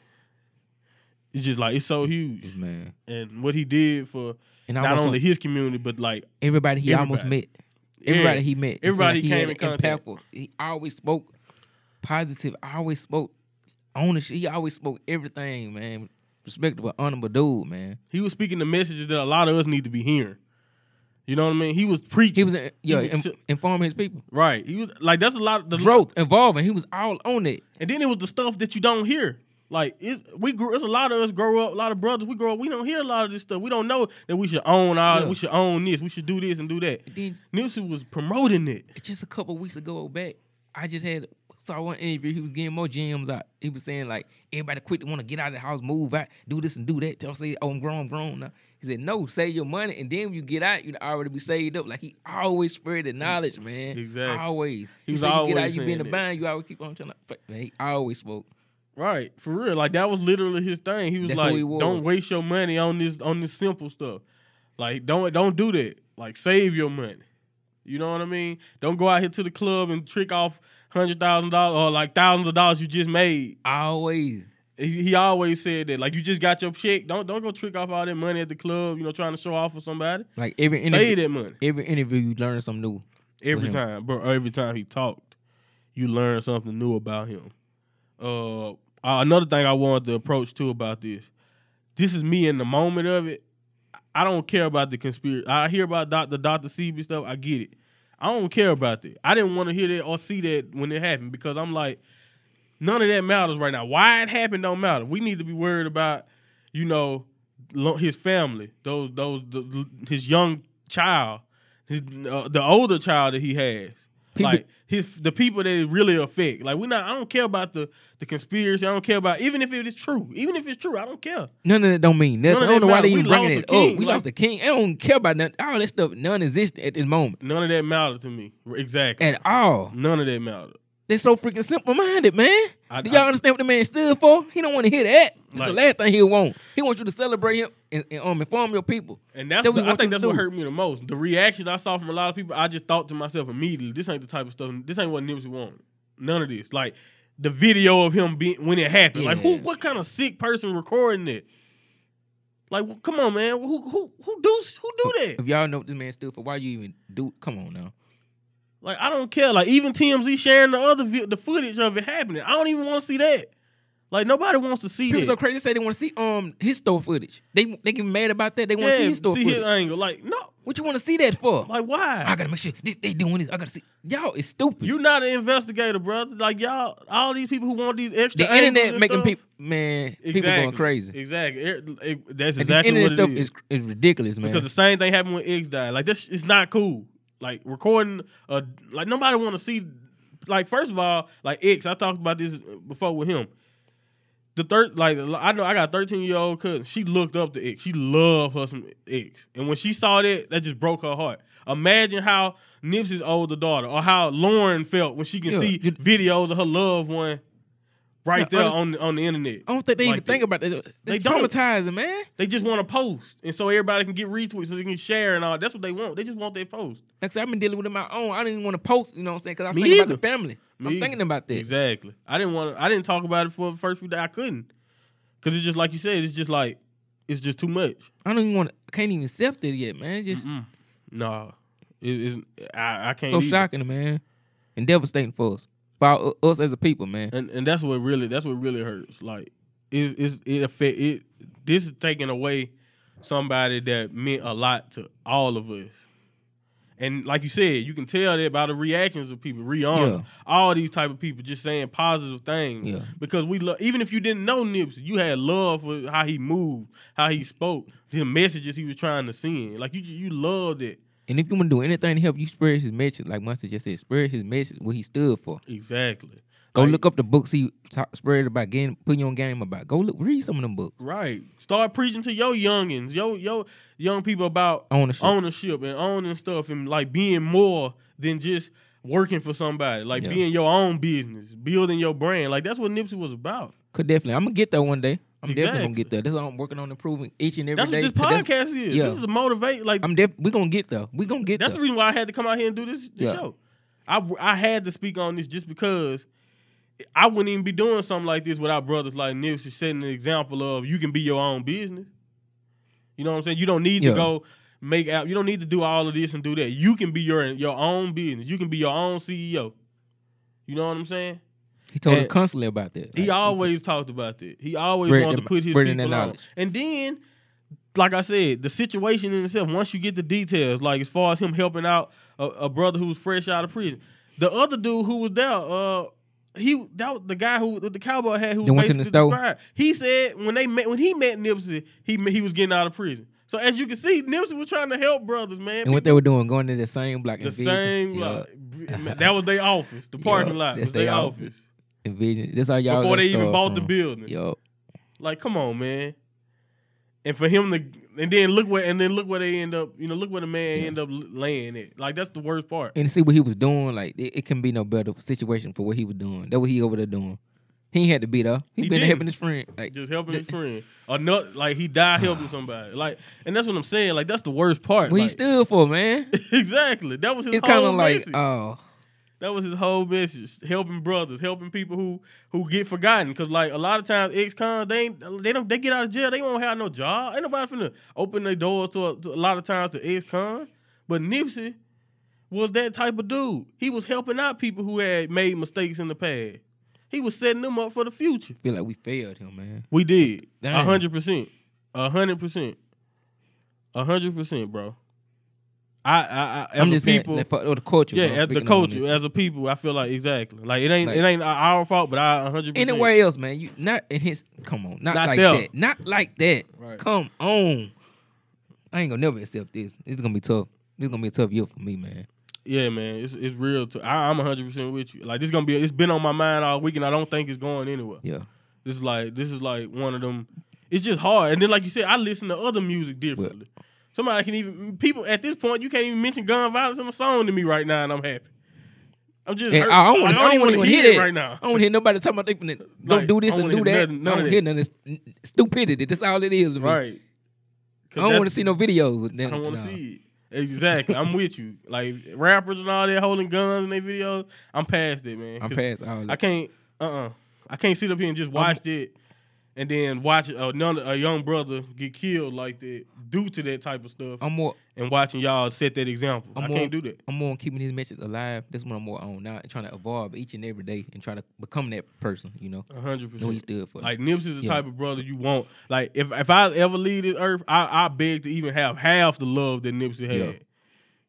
B: It's just like it's so huge.
C: man.
B: And what he did for
C: And
B: not
C: almost
B: only his community, but like
C: everybody he almost met.
B: everybody.
C: Everybody
B: yeah.
C: he met. It seemed
B: Everybody
C: like he
B: came
C: had
B: in
C: an
B: contact.
C: impactful. He always spoke positive. Always spoke ownership. He always spoke everything, man. Respectable, honorable dude, man.
B: He was speaking the messages that a lot of us need to be hearing. You know what I mean? He was preaching.
C: He was in, yeah,
B: was-
C: in- informing his people.
B: right. He was like that's a lot of the
C: Growth, involvement. He was all on it.
B: And then it was the stuff that you don't hear. Like it, we grew. It's a lot of us grow up. A lot of brothers we grow up. We don't hear a lot of this stuff. We don't know that we should own our.
C: Yeah.
B: We should own this. We should do this and do that.
C: Then
B: Nipsey was promoting it.
C: just a couple weeks ago back, I just had saw one interview. He was getting more gems out. He was saying like everybody quick to want to get out of the house, move out, do this and do that. Don't say oh I'm grown, I'm grown. Now. He said no, save your money, and then when you get out, you'd already be saved up. Like he always spread the knowledge, man.
B: Exactly.
C: Always.
B: He was
C: said, you get out,
B: always
C: you be in
B: saying
C: the
B: that.
C: bind. You always keep on trying to. Man, he always spoke.
B: Right, for real. Like that was literally his thing. He was
C: That's who
B: like,
C: he was.
B: "Don't waste your money on this on this simple stuff. Like, don't don't do that. Like, save your money. You know what I mean? Don't go out here to the club and trick off hundred thousand dollars or like thousands of dollars you just made.
C: Always.
B: He, he always said that. Like, you just got your check. Don't don't go trick off all that money at the club. You know, trying to show off for somebody.
C: Like every
B: Save
C: interview,
B: that money
C: every interview, you learn something new.
B: every
C: him.
B: time, bro. Every time he talked, you learn something new about him. Uh, uh, another thing I wanted to approach too about this, this is me in the moment of it. I don't care about the conspiracy. I hear about doc- the Dr. Sebi stuff. I get it. I don't care about that. I didn't want to hear that or see that when it happened because I'm like, none of that matters right now. Why it happened don't matter. We need to be worried about, you know, lo- his family, those those the, his young child, his, uh, the older child that he has.
C: People-
B: like his the people that it really affect. Like we not. I don't care about the the conspiracy. I don't care about even if it is true. Even if it's true, I don't care.
C: None of that don't mean nothing.
B: None of
C: I don't
B: that
C: know why
B: matter.
C: they
B: We
C: even bringing
B: lost
C: it
B: a king.
C: up. We
B: Like-
C: lost the king. I don't care about nothing. All that stuff non-existent at this moment
B: None of that mattered to me. Exactly.
C: at all.
B: None of that mattered.
C: They're so freaking simple-minded, man.
B: I-
C: Do y'all
B: I-
C: understand what the man stood for? He don't want to hear that. That's the
B: Like-
C: last thing he want. He wants you to celebrate him and, and um, inform your people.
B: And that's
C: That we
B: the- I
C: want
B: think
C: them
B: that's what
C: to.
B: hurt me the most. The reaction I saw from a lot of people, I just thought to myself immediately, this ain't the type of stuff. This ain't what Nipsey wanted. None of this. Like the video of him being when it happened. Like who?
C: Yeah.
B: What kind of sick person recording it? Like, well, come on, man. Who who who do who do that?
C: If y'all know what this man stood for, why you even do? Come on now.
B: Like, I don't care. Like, even TMZ sharing the other vi- the footage of it happening. I don't even want to see that. Like, nobody wants to see
C: People
B: that.
C: so crazy they say they want to see um his store footage. They they get mad about that. They want to see
B: yeah,
C: his store
B: see
C: footage.
B: his uh, angle. Like, no.
C: what you want to see that for?
B: Like, why?
C: I gotta make sure they, they doing this. I gotta see. Y'all is stupid.
B: You not an investigator, brother. Like y'all, all these people who want these extra.
C: the
B: angles
C: internet
B: and
C: making
B: stuff-
C: people man people
B: Exactly.
C: going crazy.
B: Exactly. It- it- that's
C: And
B: exactly
C: this
B: what
C: internet
B: it
C: stuff
B: is.
C: is is ridiculous, man.
B: Because the same thing happened when Iggs died. Like this, it's not cool. Like recording, uh, like nobody want to see. Like first of all, like Iggs, I talked about this before with him. The third, like I know, I got a thirteen year old cousin. She looked up to Iggs. She loved her some Iggs, and when she saw that, that just broke her heart. Imagine how Nipsey's older daughter, or how Lauren felt when she can
C: Yeah,
B: see
C: you-
B: videos of her loved one right
C: No,
B: there
C: honest-
B: on the, on the internet.
C: I don't think they
B: Like
C: even think about that. They
B: They don't.
C: traumatizing, man.
B: They just want to post, and so everybody can get retweets, so they can share and all. That's what they want. They just want their post.
C: Like I said, I've been dealing with it my own. I didn't even want to post, you know what I'm saying? Because I'm
B: Me
C: thinking
B: either.
C: about the family.
B: Me-
C: I'm thinking about that.
B: Exactly. I didn't want. to I didn't talk about it for the first few days. I couldn't, because it's just like you said. It's just like it's just too much.
C: I don't even want. to I can't even accept it yet, man. It's just
B: Mm. No, it is. I, I can't.
C: so
B: either.
C: shocking, man, and devastating for us, for our- us as a people, man.
B: And and that's what really that's what really hurts. Like it it's, it affect it. This is taking away somebody that meant a lot to all of us. And like you said, you can tell that by the reactions of people, Rihanna,
C: Yeah.
B: all these type of people just saying positive things.
C: Yeah.
B: Because we love, even if you didn't know Nipsey, you had love for how he moved, how he spoke, the messages he was trying to send. Like you, you loved it.
C: And if you want to do anything to help you spread his message, like Monster just said, spread his message, what he stood for.
B: Exactly.
C: Go
B: Like-
C: look up the books he talk, spread about game, putting you on game about. Go look, read some of them books
B: Right. Start preaching to your youngins, yo, yo, young people about
C: ownership.
B: ownership and owning stuff and like being more than just working for somebody, like
C: Yeah.
B: being your own business, building your brand. Like that's what Nipsey was about.
C: Could definitely, I'm gonna get there one day. I'm definitely gonna
B: Exactly.
C: get there. That's all I'm working on improving each and every
B: That's
C: day.
B: what this
C: 'Cause that's-
B: podcast is.
C: yeah.
B: This is a motivate. Like
C: I'm def. We gonna get there. We gonna get
B: that's the
C: there.
B: reason why I had to come out here and do this, this
C: Yeah.
B: show. I I had to speak on this just because I wouldn't even be doing something like this without brothers like Nipsey setting an example of you can be your own business. You know what I'm saying? You don't need
C: Yeah.
B: to go make out. You don't need to do all of this and do that. You can be your your own business. You can be your own CEO. You know what I'm saying?
C: he told his
B: and-
C: constantly about that.
B: He
C: Like,
B: always talked about that. He always
C: Spread
B: wanted
C: them-
B: to put his
C: spreading their
B: people on.
C: knowledge.
B: And then, like I said, the situation in itself. Once you get the details, like as far as him helping out a, a brother who's fresh out of prison, the other dude who was there, uh, he that was the guy who with the cowboy hat who
C: That went to the
B: basically
C: store?
B: described. He said when they met when he met Nipsey, he met- he was getting out of prison. So as you can see, Nipsey was trying to help brothers, man.
C: and what they were doing, going to the same block,
B: the
C: and
B: same,
C: yeah,
B: lot. that was their office, the
C: [laughs] Yeah,
B: parking lot,
C: that's
B: was their
C: their
B: office.
C: Envision. That's uh, how y'all.
B: Before
C: gonna
B: they even
C: start
B: bought the
C: from.
B: building,
C: Yo,
B: like, come on, man. And for him to, and then look where, and then look where they end up. You know, look where the man
C: Yeah.
B: end up laying it. Like that's the worst part.
C: and see what he was doing. Like it, it can be no better situation for what he was doing. That what he over there doing. He ain't had to be there. He,
B: He
C: been
B: didn't.
C: helping his friend. Like
B: Just helping his friend, or not like he died helping somebody. Like, and that's what I'm saying. Like that's the worst part.
C: what he
B: Like,
C: stood for, man.
B: [laughs] exactly. That was his
C: It's kind
B: whole
C: of like
B: message.
C: oh,
B: that was his whole message. Helping brothers, helping people who who get forgotten. Cause like a lot of times ex-cons, they ain't, they don't they get out of jail, they won't have no job. Ain't nobody finna open their doors to a, to a lot of times to ex-cons. But Nipsey was that type of dude. He was helping out people who had made mistakes in the past. He was setting them up for the future.
C: feel like we failed him, man.
B: We did. A
C: Dang.
B: hundred percent. A hundred percent. A hundred percent, bro. I, I, I as
C: I'm
B: a
C: just saying,
B: people,
C: like, for- oh, the culture.
B: yeah,
C: bro,
B: as the
C: speaking on
B: culture,
C: this.
B: as a people, I feel like exactly. Like it ain't
C: Like-
B: it ain't our fault, but I 100. percent
C: Anywhere else, man, you not in his. Come on, not,
B: Not
C: like
B: there.
C: that. Not like that.
B: Right.
C: Come on. I ain't gonna never accept this. It's gonna be tough. This gonna be a tough year for me, man.
B: yeah, man, it's it's real. Too. I, I'm 100 percent with you. Like this gonna be. It's been on my mind all week, and I don't think it's going anywhere.
C: Yeah,
B: This is like this is like one of them. It's just hard. And then like you said, I listen to other music differently. Somebody can even people at this point you can't even mention gun violence in a song to me right now, and I'm happy. I'm just
C: and
B: hurt.
C: I don't want.
B: Like,
C: I don't
B: even
C: want to
B: wanna
C: hear that
B: right now.
C: I don't want to hear nobody talking about they finna
B: Like,
C: don't do this
B: I don't
C: and
B: wanna
C: do
B: hear
C: that.
B: nothing-
C: I
B: none of
C: don't
B: that.
C: hear none of this n- stupidity. That's all it is. To me.
B: Right.
C: I don't want to see no videos.
B: I don't want to
C: Nah.
B: see it. Exactly. I'm with you. Like rappers and all that holding guns in their videos, I'm past it, man.
C: I'm
B: 'Cause
C: past all
B: I
C: that.
B: can't. Uh. uh I can't sit up here and just watch it, and then watch a, none- a young brother get killed like that due to that type of stuff,
C: I'm more.
B: and watching y'all set that example. I'm I
C: I'm
B: can
C: more-
B: not do that.
C: I'm more on keeping his message alive. That's what I'm more on now. Trying to evolve each and every day and try to become that person. You know,
B: A hundred
C: know what
B: percent.
C: he stood for.
B: Like Nipsey's the
C: Yeah.
B: type of brother you want. Like if if I ever leave this earth, I, I beg to even have half the love that Nipsey had
C: Yeah.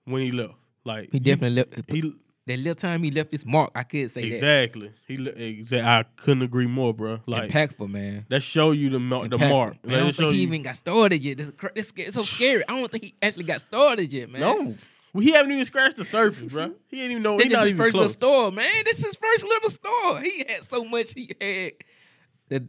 B: when he left. Like
C: he definitely left.
B: he
C: that little time he left his mark, I could say
B: Exactly. He exactly. I couldn't agree more, bro.
C: that.
B: Like
C: Impactful, man.
B: that show you the mar- the
C: Impactful.
B: mark.
C: Man, I
B: Like,
C: don't
B: that show
C: think he
B: you-
C: even got started yet. This is cr- this sca- it's so scary. I don't think he actually got started yet, man.
B: no. Well, he haven't even scratched the surface,
C: [laughs]
B: bro. He didn't even know.
C: This
B: He's
C: is his
B: not even
C: first
B: close.
C: little store, man. This is his first little store. He had so much he had. That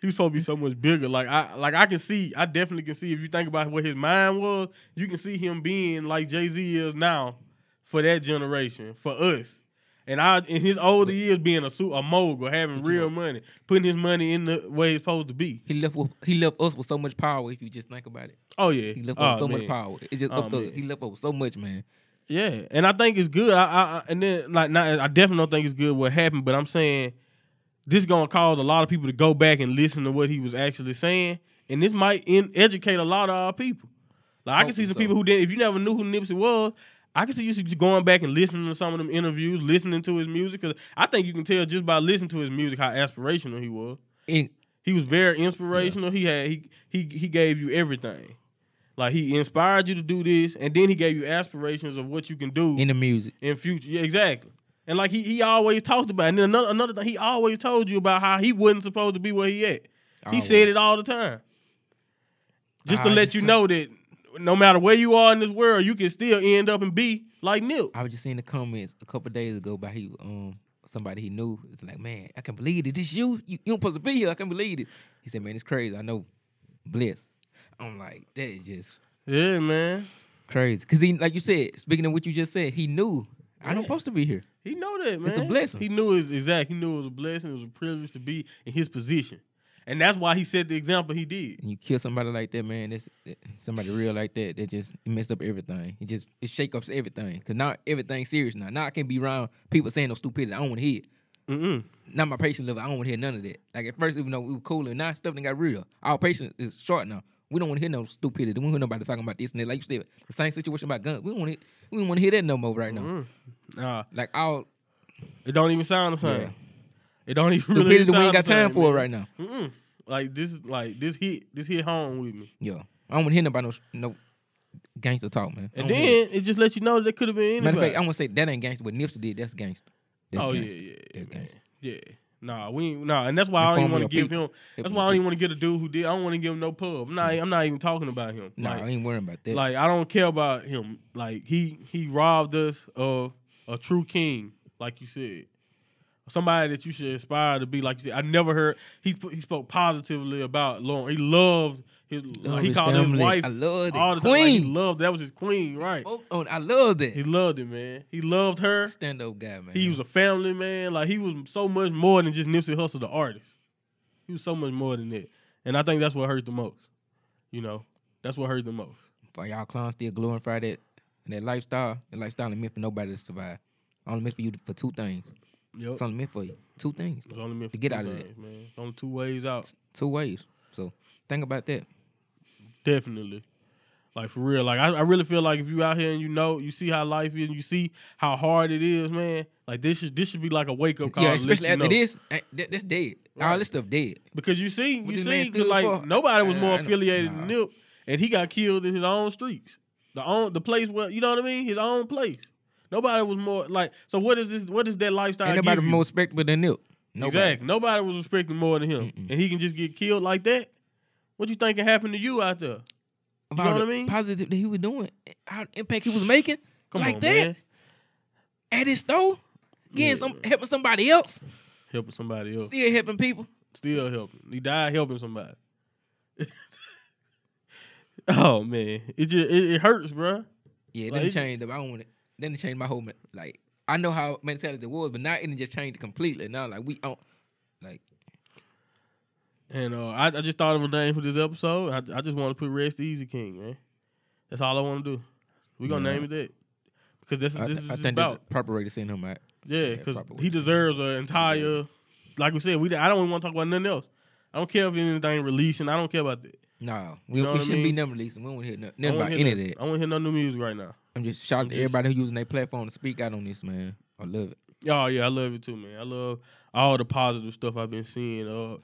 B: He was supposed to be so much bigger. Like I, like I can see. I definitely can see. If you think about what his mind was, you can see him being like Jay Z is now for that generation, for us. And I, in his older years, being a su- a mogul, having
C: But you
B: real
C: know-
B: money, putting his money in the way it's supposed to be.
C: he left with, he left us with so much power if you just think about it.
B: Oh yeah,
C: He left
B: oh,
C: us with so
B: man.
C: much power. It just
B: Oh,
C: up to,
B: man.
C: he left us with so much, man.
B: Yeah, and I think it's good. I, I, I and then like not, I definitely don't think it's good what happened, but I'm saying this gonna cause a lot of people to go back and listen to what he was actually saying, and this might in, educate a lot of our people. Like I can see
C: Hopefully
B: some
C: so.
B: people who didn't. If you never knew who Nipsey was, I can see you just going back and listening to some of them interviews, listening to his music, because I think you can tell just by listening to his music how aspirational he was.
C: And
B: He was very inspirational. He had he he he gave you everything. Like he inspired you to do this, and then he gave you aspirations of what you can do
C: in the music.
B: in future. Yeah, exactly. And like he, he always talked about, it. and then another another thing, he always told you about how he wasn't supposed to be where he at. He
C: Always.
B: said it all the time, just to
C: I
B: let
C: just
B: you
C: said-
B: know that no matter where you are in this world, you can still end up and be like Nip.
C: I was just seeing the comments a couple days ago by he um somebody he knew. It's like, man, I can not believe it. This you? You you don't supposed to be here. I can not believe it. He said, man, it's crazy. I know, bliss. I'm like, that is just
B: Yeah, man.
C: crazy. Cause he, like you said, speaking of what you just said, he knew I
B: Yeah.
C: don't supposed to be here.
B: He know that, man.
C: It's a blessing.
B: He knew his exact. He knew it was a blessing. It was a privilege to be in his position, and that's why he set the example he did.
C: And you kill somebody like that, man. That's that- somebody real like that. That just it messed up everything. It just it shake ups everything. Cause now everything's serious now. Now I can't be around people saying no stupidity. I don't want to hear. it.
B: Mm-mm.
C: not my patience level. I don't want to hear none of that. Like at first, even though we were cool and now stuff done got real. Our patience is short now. We don't want to hear no stupidity. We don't hear nobody talking about this and that. Like you said, the same situation about guns. We don't want to. We don't want to hear that no more right now.
B: Mm-hmm. Nah,
C: Like all
B: it don't even sound the same.
C: Yeah.
B: It don't even really.
C: stupidity we ain't
B: sound
C: got
B: the same,
C: time for
B: man.
C: it right now.
B: Mm-mm. Like this, like this hit, this hit home with me.
C: Yeah, I don't want to hear nobody no no gangster talk, man. I
B: And
C: don't wanna hear
B: then it just lets you know that could have been
C: it. matter of
B: anybody.
C: fact, I want to say that ain't gangster. What Nipsey did, that's gangster. That's
B: oh yeah,
C: gangster.
B: yeah, yeah,
C: That's
B: man.
C: gangster.
B: yeah. Nah, we ain't, nah, and that's why I don't
C: Inform
B: even want
C: your
B: to give
C: people.
B: him. That's
C: Helping
B: why I
C: your
B: don't even want to get a dude who did. I don't want to give him no pub. I'm not. I'm not even talking about him.
C: Nah,
B: Like,
C: I ain't worrying about that.
B: Like I don't care about him. Like he he robbed us of a true king, like you said, somebody that you should aspire to be. Like you said, I never heard he sp- he spoke positively about Lauren. He loved his.
C: Love
B: like, he
C: his
B: called
C: family.
B: his wife
C: I love that
B: all the time. Like, he
C: queen.
B: loved that was his queen, right?
C: Oh, oh, I love that.
B: He loved it, man. He loved her.
C: Stand up guy, man.
B: He was a family man. Like he was so much more than just Nipsey Hussle, the artist. He was so much more than that, and I think that's what hurt the most. You know, that's what hurt the most.
C: for y'all clowns still glorify that that lifestyle. That lifestyle ain't meant for nobody to survive. Only meant for you to- for two things.
B: Yep.
C: It's only meant for you. Two things.
B: It's only meant
C: To
B: for
C: get
B: two
C: out of that.
B: ways, man. It's only two ways out.
C: Two ways. So think about that.
B: Definitely. Like for real. Like I, I really feel like if you out here and you know, you see how life is, and you see how hard it is, man. Like this should this should be like a wake up call. to
C: yeah,
B: let
C: especially
B: you
C: after
B: know.
C: this, eh, that, that's dead. All this stuff dead.
B: Because you see,
C: What
B: you
C: this man
B: see, 'cause,
C: stood
B: like
C: for.
B: nobody was
C: I-
B: more
C: I don't-
B: affiliated
C: nah.
B: than Nip, and he got killed in his own streets, the own the place where you know what I mean, his own place. Nobody was more like. So what is this? What is that lifestyle?
C: Ain't
B: give
C: nobody
B: you?
C: more respectable than Nip. Nobody.
B: Exactly. Nobody was respected more than him,
C: Mm-mm.
B: and he can just get killed like that. What you think can happen to you out there?
C: About
B: know what
C: the
B: I mean?
C: Positive that he was doing, how the impact he was making,
B: Come
C: like
B: on,
C: that
B: man.
C: at his store, getting
B: Yeah.
C: some helping somebody else,
B: Helping somebody else.
C: still helping people.
B: Still helping. He died helping somebody. [laughs] oh man, it just it, it hurts, bruh.
C: Yeah,
B: Like,
C: then
B: it-
C: it changed up. I don't want it. Then it changed my whole men- like. I know how mentality was, but now it just changed completely. Now like we on, like
B: And uh, I, I just thought of a name for this episode. I, I just want to put Rest Easy King, man. That's all I want to do. We gonna
C: Yeah.
B: name it that because that's
C: I,
B: this is
C: I
B: just
C: think
B: about.
C: that's the proper way to send him out.
B: Yeah,
C: Yeah,
B: because
C: proper way
B: he
C: to say it.
B: deserves an entire. Like we said, we I don't even want to talk about nothing else. I don't care if anything releasing. I don't care about that.
C: No, we,
B: You know
C: we
B: what I
C: shouldn't be
B: mean?
C: never releasing. We don't want to hear nothing,
B: I
C: nothing
B: wanna
C: about
B: hear
C: any of
B: no-
C: that.
B: I want to hear no new music right now.
C: I'm just shouting
B: just-
C: to everybody who's using their platform to speak out on this, man. I love it.
B: Oh yeah, I love it too, man. I love all the positive stuff I've been seeing. Uh,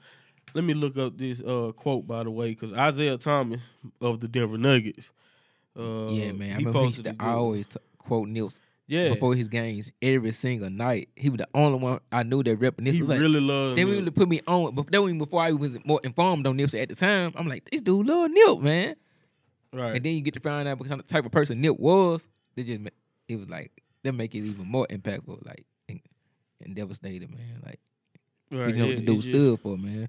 B: let me look up this uh quote by the way, because Isaiah Thomas of the Denver Nuggets. Uh,
C: yeah, man. I remember he used
B: posted a
C: to
B: good-
C: always t- quote Nils
B: yeah.
C: before his games every single night. He was the only one I knew that rep Nils.
B: he
C: was like,
B: really loves.
C: They
B: Nip.
C: really put me on, but that was even before I was more informed on Nipsey at the time. I'm like, this dude love Nip, man.
B: right.
C: And then you get to find out what kind of type of person Nip was. They just ma- it was like that make it even more impactful, like and, and devastated, man. Like
B: right,
C: you know
B: yeah,
C: what the
B: it
C: dude
B: just-
C: stood for, man.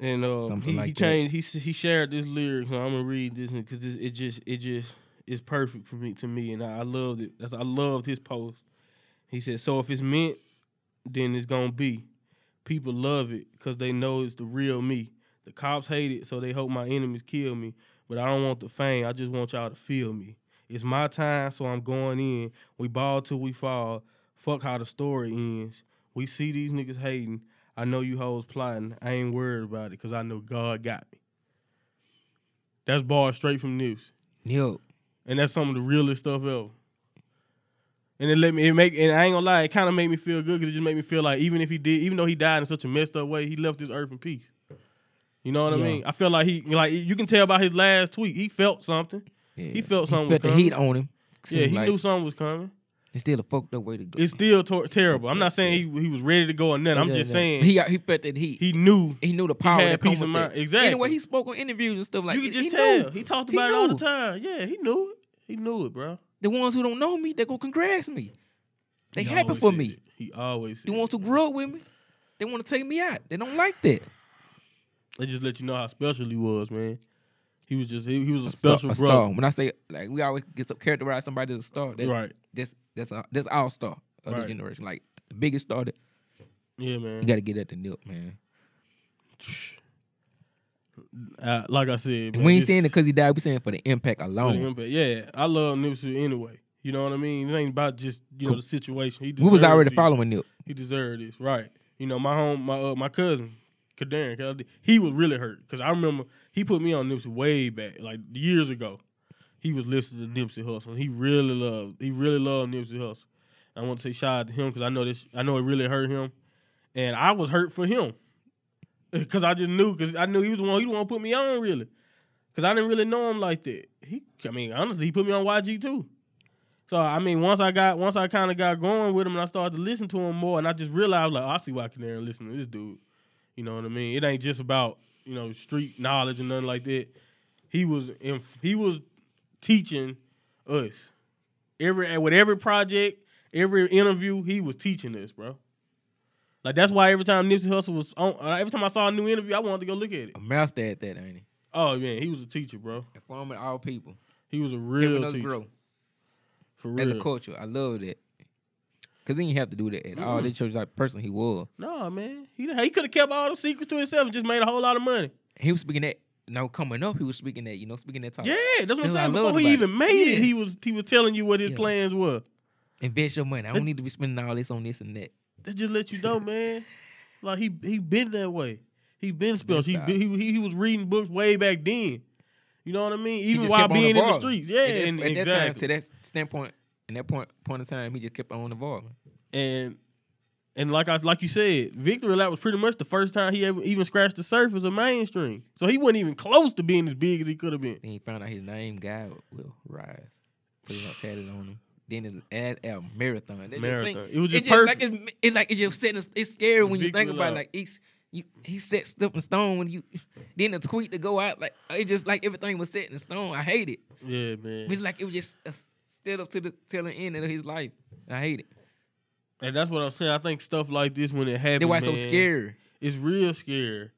B: And uh,
C: Something
B: he, he
C: like that.
B: changed. He s- he shared this lyric, so I'm gonna read this because it just it just is perfect for me to me, and I, I loved it. That's, I loved his post. He said, "So if it's meant, then it's gonna be. People love it because they know it's the real me. The cops hate it, so they hope my enemies kill me. But I don't want the fame. I just want y'all to feel me. It's my time, so I'm going in. We ball till we fall. Fuck how the story ends. We see these niggas hating." I know you hoes plotting. I ain't worried about it because I know God got me. That's bars straight from news.
C: Nip,
B: And that's some of the realest stuff ever. And it let me it make and I ain't gonna lie, it kind of made me feel good because it just made me feel like even if he did, even though he died in such a messed up way, he left this earth in peace. You know what I
C: Yeah.
B: mean? I feel like he like you can tell by his last tweet, he felt something.
C: Yeah.
B: He felt something
C: He
B: was
C: felt the
B: coming.
C: heat on him.
B: Yeah, he
C: like,
B: knew something was coming.
C: It's still a fucked up way to go.
B: It's still tor- terrible. I'm not saying he he was ready to go or nothing. I'm
C: Yeah,
B: just
C: yeah.
B: saying
C: he got, he felt that heat.
B: he knew.
C: He knew the power
B: had
C: that come
B: peace of
C: with
B: mind.
C: that.
B: Exactly.
C: Anyway, he spoke on interviews and stuff like
B: you
C: that.
B: could just
C: he
B: tell.
C: Knew.
B: He talked
C: He
B: about it all the
C: knew.
B: time. Yeah, he knew it. He knew it, bro.
C: The ones who don't know me, they go congrats me. They
B: He
C: happy
B: always
C: for
B: said
C: me.
B: it. He always
C: The
B: said it.
C: ones who grew up with me, they want to take me out. They don't like that.
B: They just let you know how special he was, man. He was just he, he was a,
C: Star-
B: special
C: a
B: brother.
C: star. When I say like we always get some characterize somebody as a star. That's
B: Right.
C: That's that's a, that's our star of
B: Right.
C: the generation. Like the biggest star that
B: Yeah,
C: you
B: man.
C: got to get at the nip, man.
B: Uh, like I said,
C: And
B: man,
C: we ain't
B: this-
C: saying it because he died. We saying it for the impact
B: for
C: alone.
B: the impact. Yeah, I love Nipsey anyway. You know what I mean? It ain't about just you know
C: Cool.
B: the situation. He
C: we was
B: deserved
C: already
B: it.
C: following nip.
B: He deserved this, right? You know, my home, my uh, my cousin, Kaderin, 'cause I- he was really hurt because I remember he put me on Nipsey way back, like years ago. He was listening to Nipsey Hussle, and he really loved, he really loved Nipsey Hussle. I want to say shout out to him because I know this, I know it really hurt him, and I was hurt for him because I just knew because I knew he was the one, he the one who put me on really, because I didn't really know him like that. He, I mean, honestly, he put me on YG too. So I mean, once I got once I kind of got going with him and I started to listen to him more, and I just realized like "Oh, I see why Canary listen to this dude. You know what I mean? It ain't just about you know street knowledge and nothing like that. He was in, he was teaching us every with every project, every interview. He was teaching us, bro. Like that's why every time Nipsey Hussle was on, uh, every time I saw a new interview, I wanted to go look at it.
C: A master at that, ain't he?
B: Oh man, he was a teacher, bro.
C: A farmer, all people.
B: He was a
C: Helping
B: real
C: us
B: teacher
C: grow
B: for real.
C: as a culture. I love that. Cause he didn't have to do that at all.
B: Mm-mm.
C: That shows like person he was.
B: No, man. He done- he could have kept all the secrets to himself and just made a whole lot of money.
C: He was speaking that. Now coming up, he was speaking that. You know, speaking that talk.
B: Yeah, that's what I'm
C: That's what I
B: saying.
C: love
B: Before he
C: about
B: even
C: it.
B: made it,
C: Yeah.
B: he was he was telling you what his
C: Yeah.
B: plans were.
C: Invest your money. I
B: It-
C: don't need to be spending all this on this and that.
B: That just let you
C: [laughs]
B: know, man. Like he he been that way. He been special. He,
C: solid.
B: been- he he he was reading books way back then. You know what I mean? Even
C: just
B: while
C: kept on
B: being in the
C: evolving.
B: streets, yeah,
C: at that,
B: and,
C: at that time,
B: exactly.
C: to that standpoint, in that point point in time, he just kept on evolving.
B: and and like I like you said, Victory Lap was pretty much the first time he ever even scratched the surface of mainstream. So he wasn't even close to being as big as he could have been.
C: Then he found out his name, God will rise. Pretty much tatted on him. Then his ad album, marathon. That just
B: Marathon.
C: think-
B: It was just
C: it's like it's, it's like it just setting. us- It's scary when you
B: Victory
C: think
B: lap.
C: about it. like it's you. He set stuff in stone when you. Then the tweet to go out like it just like everything was set in stone. I hate it.
B: Yeah, man.
C: But it's like it was just uh, set up to the till the end of his life. I hate it.
B: And that's what I'm saying. I think stuff like this when it happens,
C: That's why it's so
B: man,
C: scary.
B: It's real scary.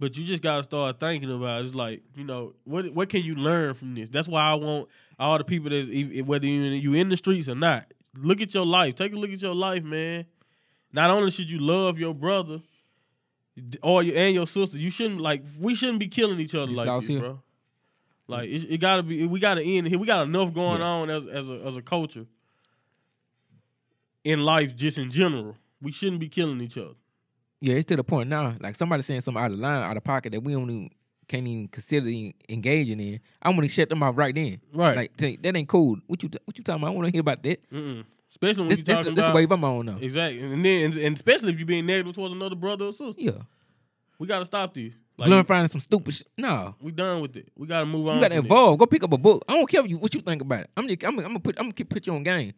B: But you just gotta start thinking about it. it's like you know what what can you learn from this? That's why I want all the people that e- whether you you in the streets or not, look at your life. Take a look at your life, man. Not only should you love your brother or your, and your sister, you shouldn't like we shouldn't be killing each other
C: These
B: like
C: dogs
B: this,
C: here.
B: bro. Like it, it gotta be we gotta end here. We got enough going
C: Yeah.
B: on as as a as a culture in life just in general. We shouldn't be killing each other.
C: Yeah, it's to the point now. Like somebody saying something out of line, out of pocket that we don't even can't even consider e- engaging in. I'm gonna shut them out right then.
B: Right.
C: Like tell you, that ain't cool. What you t- what you talking about? I want to hear about that.
B: Mm-mm. Especially when
C: This,
B: you're
C: this, the-
B: talking
C: this the
B: about
C: wave I'm on now.
B: exactly, and then and, and especially if you're being negative towards another brother or sister,
C: yeah.
B: we gotta stop this.
C: Learn
B: Like,
C: finding some stupid shit. No.
B: we done with it. We gotta move on.
C: You gotta
B: from this.
C: evolve. Go pick up a book. I don't care what you, what you think about it. I'm just, I'm, I'm gonna put I'm gonna keep put you on game.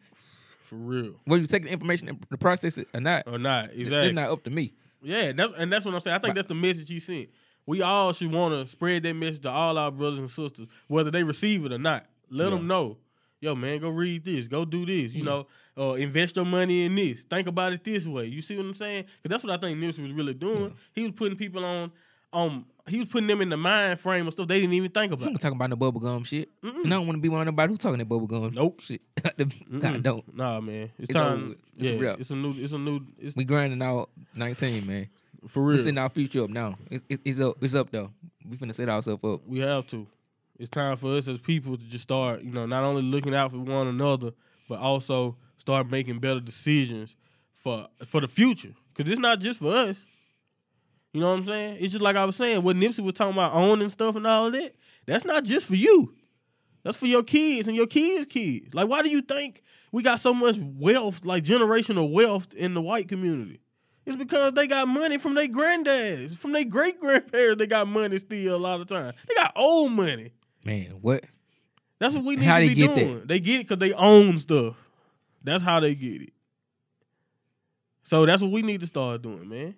B: for real
C: Whether you take the information and the process it or not,
B: or not. Exactly.
C: it's not up to me.
B: Yeah, that's and that's what I'm saying. I think
C: Right.
B: that's the message he sent. We all should want to spread that message to all our brothers and sisters, whether they receive it or not. Let
C: Yeah. Mm.
B: them know, yo, man, go read this, go do this, you
C: Yeah.
B: know, uh, invest your money in this. Think about it this way. You see what I'm saying? Because that's what I think Nipsey was really doing. He was putting people on, um, he was putting them in the mind frame of stuff they didn't even think
C: I'm [laughs]
B: about.
C: not talking about no bubblegum shit.
B: Mm-mm.
C: And I don't want to be one of nobody who's talking that bubblegum
B: Nope.
C: shit. [laughs] I
B: Mm-mm.
C: don't.
B: Nah, man, it's,
C: It's over
B: time.
C: with. It's a
B: yeah,
C: wrap.
B: it's a new, it's a new, it's
C: We grinding out 19, man.
B: for
C: It's in
B: real.
C: our future up now. It's, it's, it's up. It's up though. We finna set ourselves up.
B: We have to. It's time for us as people to just start, you know, not only looking out for one another, but also start making better decisions for for the future. Cause it's not just for us. You know what I'm saying? It's just like I was saying, what Nipsey was talking about owning stuff and all of that, that's not just for you. That's for your kids and your kids' kids. Like, why do you think we got so much wealth, like generational wealth in the white community? It's because they got money from their granddads, from their great grandparents. They got money still a lot of time. They got old money.
C: Man, what?
B: That's what we need
C: How
B: to
C: they
B: be
C: get that?
B: doing. They get it because they own stuff. That's how they get it. So that's what we need to start doing, man.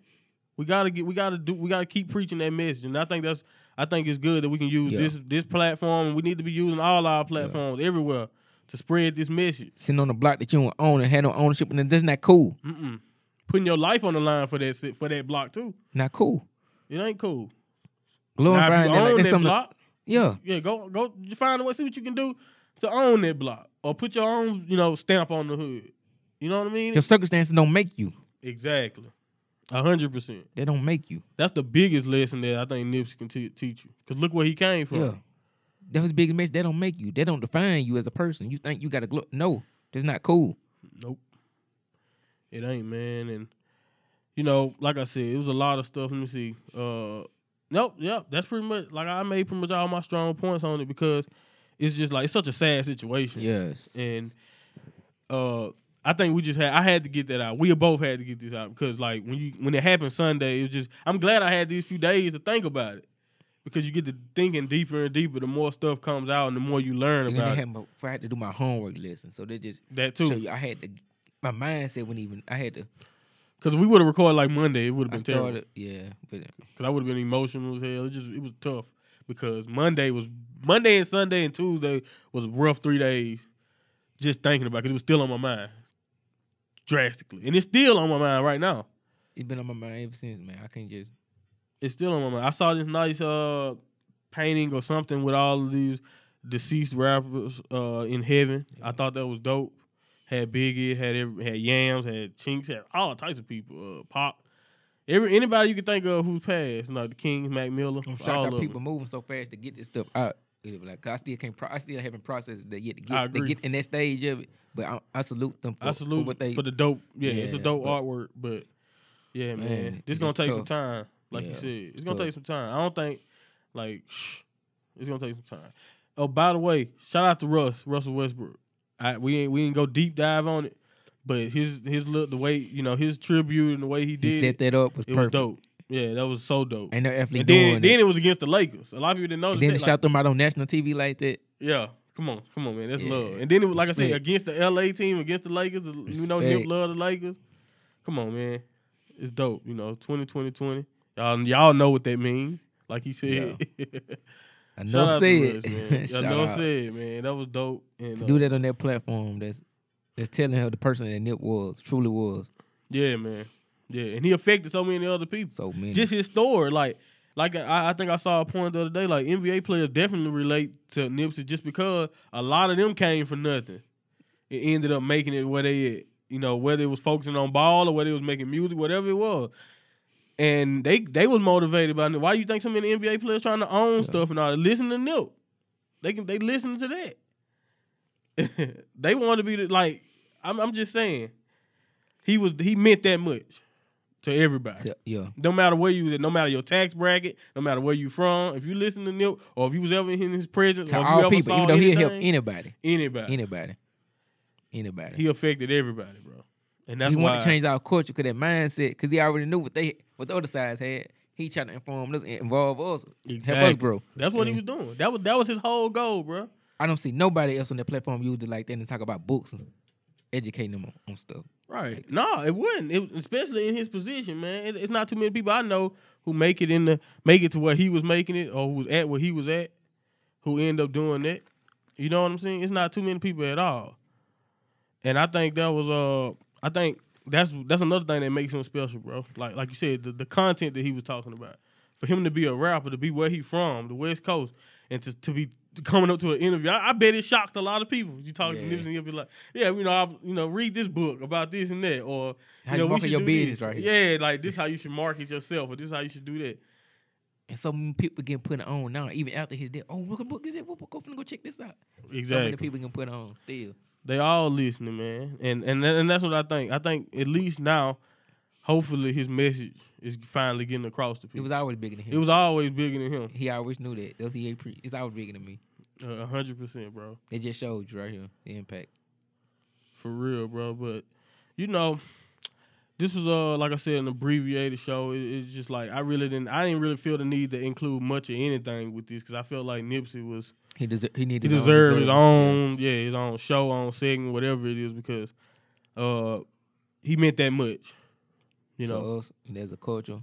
B: We gotta get, we gotta do, we gotta keep preaching that message, and I think that's, I think it's good that we can use
C: Yeah.
B: this this platform, and we need to be using all our platforms everywhere to spread this message.
C: Sitting on the block that you don't own and had no ownership, and that's not cool.
B: Mm-mm. Putting your life on the line for that si- for that block too,
C: Not cool.
B: it ain't cool. Now, if
C: Glorifying
B: you
C: that, like,
B: own
C: that's
B: that
C: something.
B: block,
C: yeah,
B: Yeah, go go find a way, see what you can do to own that block or put your own, you know, stamp on the hood. You know what I mean?
C: your circumstances don't make you.
B: exactly. A hundred percent.
C: They don't make you.
B: That's the biggest lesson that I think Nipsey can te- teach you. Cause look where he came from.
C: Yeah. That was big mess. They don't make you. They don't define you as a person. You think you got to glo- no. That's not cool.
B: Nope. It ain't, man. And you know, like I said, it was a lot of stuff. Let me see. Uh nope, yep. That's pretty much like I made pretty much all my strong points on it because it's just like it's such a sad situation.
C: Yes.
B: and uh I think we just had I had to get that out. We both had to get this out because like when you when it happened Sunday, it was just I'm glad I had these few days to think about it. Because you get to thinking deeper and deeper, the more stuff comes out and the more you learn
C: And then they
B: about it.
C: had my, I had to do my homework lesson, so they just
B: that
C: so
B: too.
C: I had to. My mindset wouldn't even. I had to.
B: Because we would have recorded like Monday, it would have
C: I
B: been terrible.
C: started. Yeah, but
B: Because I would have been emotional as hell. It just it was tough because Monday was Monday and Sunday and Tuesday was rough three days. Just thinking about because it, was still on my mind drastically, and it's still on my mind right now.
C: it's been on my mind ever since, man. I can't just.
B: it's still on my mind. I saw this nice uh painting or something with all of these deceased rappers uh in heaven. I
C: Yeah.
B: thought that was dope. Had Biggie, had every, had Yams, had Chinks, had all types of people. Uh, Pop, every anybody you could think of who's passed, like the Kings, Mac Miller,
C: I'm
B: all
C: shocked how
B: of
C: Oh, people
B: them.
C: moving so fast to get this stuff out. It was like I still can't. Pro- I still haven't processed that yet to
B: I
C: get to
B: agree.
C: get in that stage of it. But I, I salute them. For,
B: I salute
C: for what they.
B: for the dope. Yeah, it's a
C: Yeah,
B: dope
C: but-
B: artwork, but yeah, man,
C: Man,
B: this
C: it's
B: gonna take some
C: tough.
B: time. Like you
C: Yeah,
B: said, it's,
C: it's
B: gonna
C: tough.
B: take some time. I don't think like [sighs] it's gonna take some time. Oh, by the way, shout out to Russ Russell Westbrook. I, we ain't we ain't go deep dive on it, but his his look, the way you know his tribute and the way he did
C: he set
B: it,
C: that up was
B: it was
C: perfect.
B: dope. Yeah, that was so dope.
C: Ain't no athlete
B: And
C: doing
B: then,
C: it.
B: then it was against the Lakers. A lot of people didn't know that.
C: and then
B: They
C: to
B: like,
C: shout them out on national TV like that.
B: yeah, come on, come on, man, that's
C: Yeah,
B: love. And then it was like I said,
C: respect.
B: against the LA team, against the Lakers. the- You know, Nip
C: Respect.
B: love the Lakers. Come on, man, it's dope. You know, 20, 20, 20. Y'all, y'all know what that means. Like he said. [laughs] Shout
C: Enough
B: out to Russ,
C: said. [laughs]
B: man.
C: Shout
B: Enough
C: out.
B: said, man. That was dope. And,
C: to
B: uh,
C: do that on that platform that's that's telling her the person that Nip was truly was
B: Yeah, man. Yeah, and he affected so many other people.
C: so many.
B: Just his story, like, like I, I think I saw a point the other day. Like NBA players definitely relate to Nipsey just because a lot of them came for nothing. It ended up making it where they at. You know, whether it was focusing on ball or whether it was making music, whatever it was. And they they was motivated by Nip. Why do you think so many NBA players trying to own stuff and all that? Listen to Nip. They can they listen to that. [laughs] they want to be the, like I'm, I'm just saying he was he meant that much to everybody
C: Te- yeah,
B: no matter where you was at, no matter your tax bracket, no matter where you from, if you listen to Nip or if you was ever in his presence,
C: to
B: or if you
C: all
B: ever
C: people,
B: saw
C: even though he'll help
B: anything,
C: anybody,
B: anybody,
C: anybody, anybody.
B: he affected everybody, bro. And that's
C: he
B: why
C: wanted to change our culture because that mindset, because he already knew what they what the other sides had. He tried to inform us, and involve us, help us
B: Exactly.
C: grow.
B: That's what he
C: Yeah.
B: was doing. That was that was his whole goal, bro.
C: I don't see nobody else on that platform use it like that and talk about books and educating them on, on stuff.
B: Right? No, it wouldn't. It, especially in his position, man. It- it's not too many people I know who make it in the make it to where he was making it or who was at where he was at, who end up doing that. You know what I'm saying? It's not too many people at all. And I think that was uh I think that's that's another thing that makes him special, bro. Like like you said, the, the content that he was talking about. For him to be a rapper, to be where he from, the West Coast, and to, to be coming up to an interview, I, I bet it shocked a lot of people. You talk
C: Yeah.
B: to Nipsey, he'll be like, "Yeah, you know, I, you know, read this book about this and that," or
C: How
B: you
C: you
B: know, we
C: market
B: should
C: your
B: do
C: business
B: this.
C: right
B: Yeah, like this how you should market yourself, or this how you should do that.
C: And so many people get put on now, even after his death. Oh, look at book, is it? Go finna go check this out. So many people can put on still.
B: They all listening, man, and and and that's what I think. I think at least now, hopefully, his message is finally getting across to
C: It
B: people.
C: was always bigger than him.
B: It was always bigger than him,
C: He always knew that. That's he pre- It's always bigger than me.
B: a hundred percent, bro.
C: It just showed you right here the impact.
B: For real, bro. But you know, this was uh like I said an abbreviated show. It, it's just like I really didn't I didn't really feel the need to include much of anything with this because I felt like Nipsey was
C: He deserve. He need.
B: he
C: his own
B: deserved his
C: deserve.
B: own yeah his own show on segment whatever it is because uh he meant that much you
C: To
B: know
C: us, and as a culture,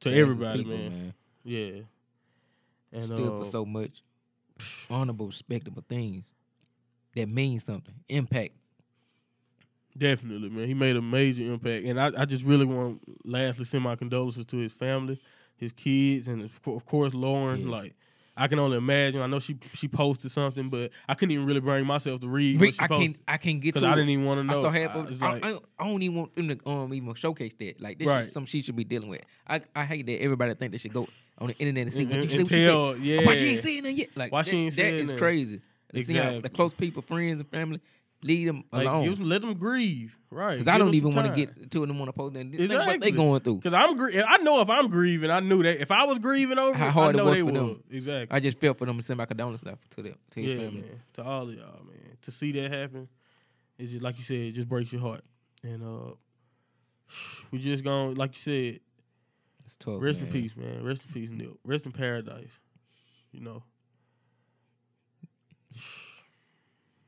B: to
C: and as a
B: everybody
C: people,
B: man. yeah and
C: Stood
B: uh,
C: for so much honorable, respectable things that mean something. Impact.
B: Definitely, man. He made a major impact, and I, I just really want, lastly, send my condolences to his family, his kids, and of, cour- of course Lauren.
C: Yes.
B: Like, I can only imagine. I know she she posted something, but I couldn't even really bring myself to read
C: Re-
B: what she
C: I
B: posted
C: can't. I can't get
B: because
C: to.
B: I
C: it.
B: didn't even want to
C: I
B: know.
C: saw half
B: I-
C: of.
B: it's
C: I,
B: like,
C: I, I don't even want them to um even showcase that. Like this
B: Right.
C: is some shit should be dealing with. I I hate that everybody think they should go on the internet and see
B: and-
C: what you
B: and-
C: see
B: Mm-hmm. and
C: what you said.
B: tell, yeah,
C: Why she ain't saying nothing yet? Like
B: Why
C: that,
B: she ain't
C: that
B: saying
C: is
B: nothing?
C: crazy. To see how the
B: Exactly.
C: close people, friends, and family leave them
B: like,
C: alone.
B: give them, let them grieve, right?
C: Cause I don't even want to get to them on a post. And think what they
B: Exactly.
C: going through.
B: because I'm gr- I know if I'm grieving, I knew that if I was grieving over,
C: How
B: it,
C: hard
B: I
C: it
B: know
C: was
B: they
C: for
B: would
C: them.
B: exactly.
C: I just felt for them and sent my condolences out to them to his
B: yeah,
C: family.
B: man. To all of y'all, man. To see that happen, it's just like you said, it just breaks your heart. And uh [sighs] we just gonna like you said,
C: It's tough.
B: rest
C: Oh, man.
B: in peace, man. Rest in peace, Nip. Rest in paradise. You know.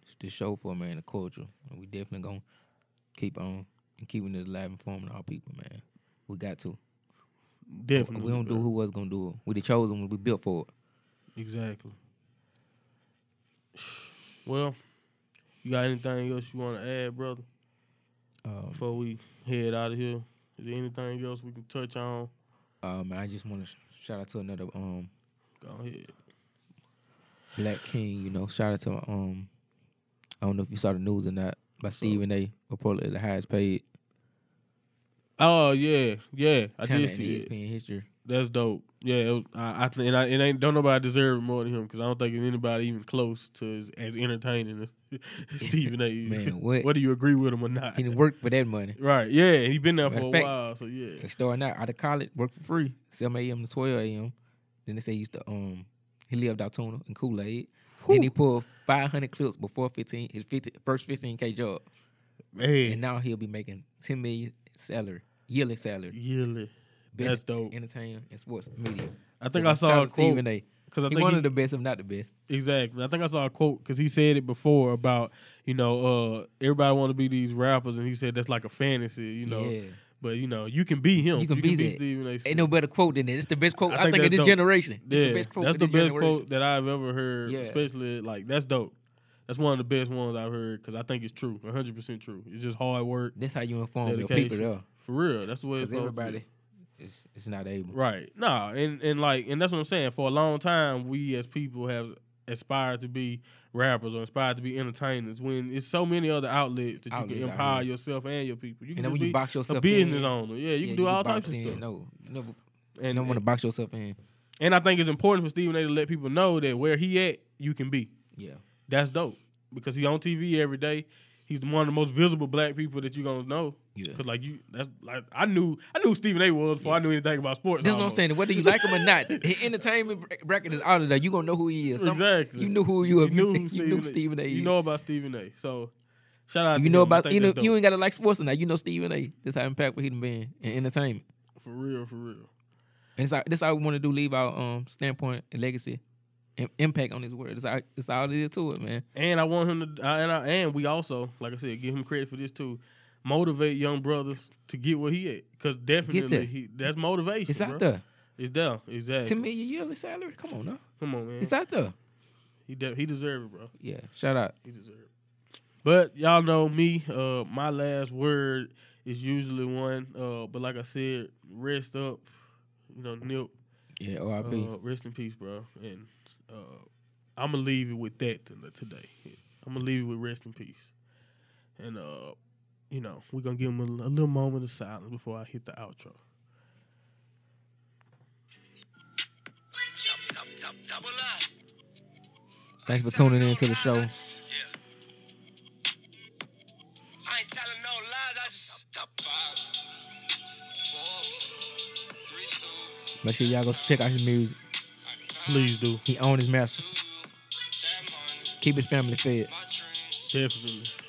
C: It's the show for man, the culture. And we definitely gonna keep on and keeping it alive, informing our people, man. We got to.
B: Definitely.
C: we don't do
B: man.
C: who was gonna do it. We the chosen one. We built for it.
B: Exactly. [sighs] Well, you got anything else you wanna add, brother,
C: Um,
B: before we head out of here? Is there anything else we can touch on?
C: um, I just want to sh- shout out to another um
B: Go ahead.
C: Black King. You know, shout out to um. I don't know if you saw the news or not, but
B: up?
C: Stephen A. reportedly the highest paid
B: Oh yeah, yeah. I
C: talent
B: did
C: in E
B: see it.
C: ESPN history.
B: That's dope. Yeah, it was, I, I think, and I, it ain't don't nobody deserve it more than him because I don't think anybody even close to as, as entertaining as [laughs] Stephen A. is. [laughs]
C: [laughs] Man, what?
B: Whether you agree with him or not,
C: He didn't work for that money.
B: [laughs] right? Yeah, and he been there for
C: Matter
B: a
C: of fact-
B: while, so yeah,
C: Like, Starting out out of college, worked for free, 7 a.m. to 12 a.m. Then they say he used to um he lived out Tuna in Kool Aid. Then he pulled 500 clips before 15 his 50, first 15k job, and
B: man,
C: now he'll be making 10 million salary yearly salary.
B: yearly.
C: Best
B: That's dope.
C: Entertainment and sports media.
B: I think I
C: shout
B: saw
C: out
B: a
C: to Stephen
B: quote
C: A.
B: because I
C: He
B: think
C: one
B: he-
C: of the best, if not the best.
B: Exactly. I think I saw a quote because he said it before about you know uh, everybody want to be these rappers, and he said that's like a fantasy, you know.
C: yeah,
B: But you know you can be him.
C: You can be that.
B: Stephen A. Smith.
C: ain't no better quote than that. It's the best quote
B: I
C: I,
B: think
C: think,
B: that's
C: of this
B: dope.
C: generation. It's
B: Yeah,
C: the best quote
B: that's
C: of
B: the
C: this
B: best
C: generation.
B: quote that I've ever heard.
C: Yeah.
B: Especially like that's dope. That's one of the best ones I've heard because I think it's true, 100 percent true. It's just hard work
C: That's how you inform your people,
B: Dedication.
C: though,
B: for real. That's the way it's
C: because
B: supposed to
C: everybody
B: be.
C: is is not able.
B: right? Nah, and and like and that's what I'm saying. For a long time, we as people have aspired to be rappers or aspired to be entertainers. When it's so many other outlets that
C: Outlets
B: you
C: out
B: can empower
C: here.
B: yourself and your people. You can
C: and then
B: just
C: when you
B: be
C: box yourself
B: a business
C: in,
B: owner. Yeah, you
C: yeah,
B: can do all
C: box
B: types of
C: in.
B: stuff.
C: No, no, you
B: And,
C: don't want
B: and,
C: to box yourself in.
B: and I think it's important for Stephen A. to let people know that where he at, you can be.
C: Yeah,
B: that's dope because he on TV every day. He's one of the most visible black people that you gonna know.
C: yeah.
B: Cause like you, that's like I knew I knew Stephen A. was before I knew anything about sports.
C: This is what I'm
B: almost.
C: saying. Whether you like him or not,
B: [laughs]
C: his entertainment bra- bracket is out of there. You gonna know who he is. Some-
B: Exactly.
C: You knew who you,
B: You
C: you
B: knew,
C: knew.
B: who
C: [laughs] You knew Stephen A.
B: You know about Stephen A. So shout out.
C: You
B: to
C: know
B: him. I
C: about
B: think
C: you, know,
B: that's dope.
C: you ain't gotta like sports or not. You know Stephen A. That's how impactful he done been in entertainment.
B: for real, for real.
C: And it's like, that's how we want to do leave our um standpoint and legacy, and impact on this world. That's all. That's all it is to it, man.
B: And I want him to, I- and I, and we also, like I said, give him credit for this too. Motivate young brothers to get where he at, cause definitely
C: there.
B: he, that's motivation.
C: It's
B: bro.
C: out there.
B: It's there. Exactly.
C: Ten million yearly salary. Come on, now.
B: Come on, man.
C: It's out there.
B: he de- he deserve it, bro.
C: Yeah. Shout out.
B: He deserved. it. But y'all know me. Uh, my last word is usually one. Uh, but like I said, rest up. You know, Nip.
C: Yeah. R.I.P.
B: Uh, rest in peace, bro. And uh, I'm gonna leave it with that to- today. I'm gonna leave it with rest in peace. And uh, you know, we're gonna give him a, a little moment of silence before I hit the outro.
C: Thanks for tuning in to the show.
D: Yeah. I ain't telling no lies. I just five, four, three, two.
C: Make sure y'all go check out his music.
B: Please do.
C: He owned his masters. Keep his family fed.
D: My dreams.
B: Definitely.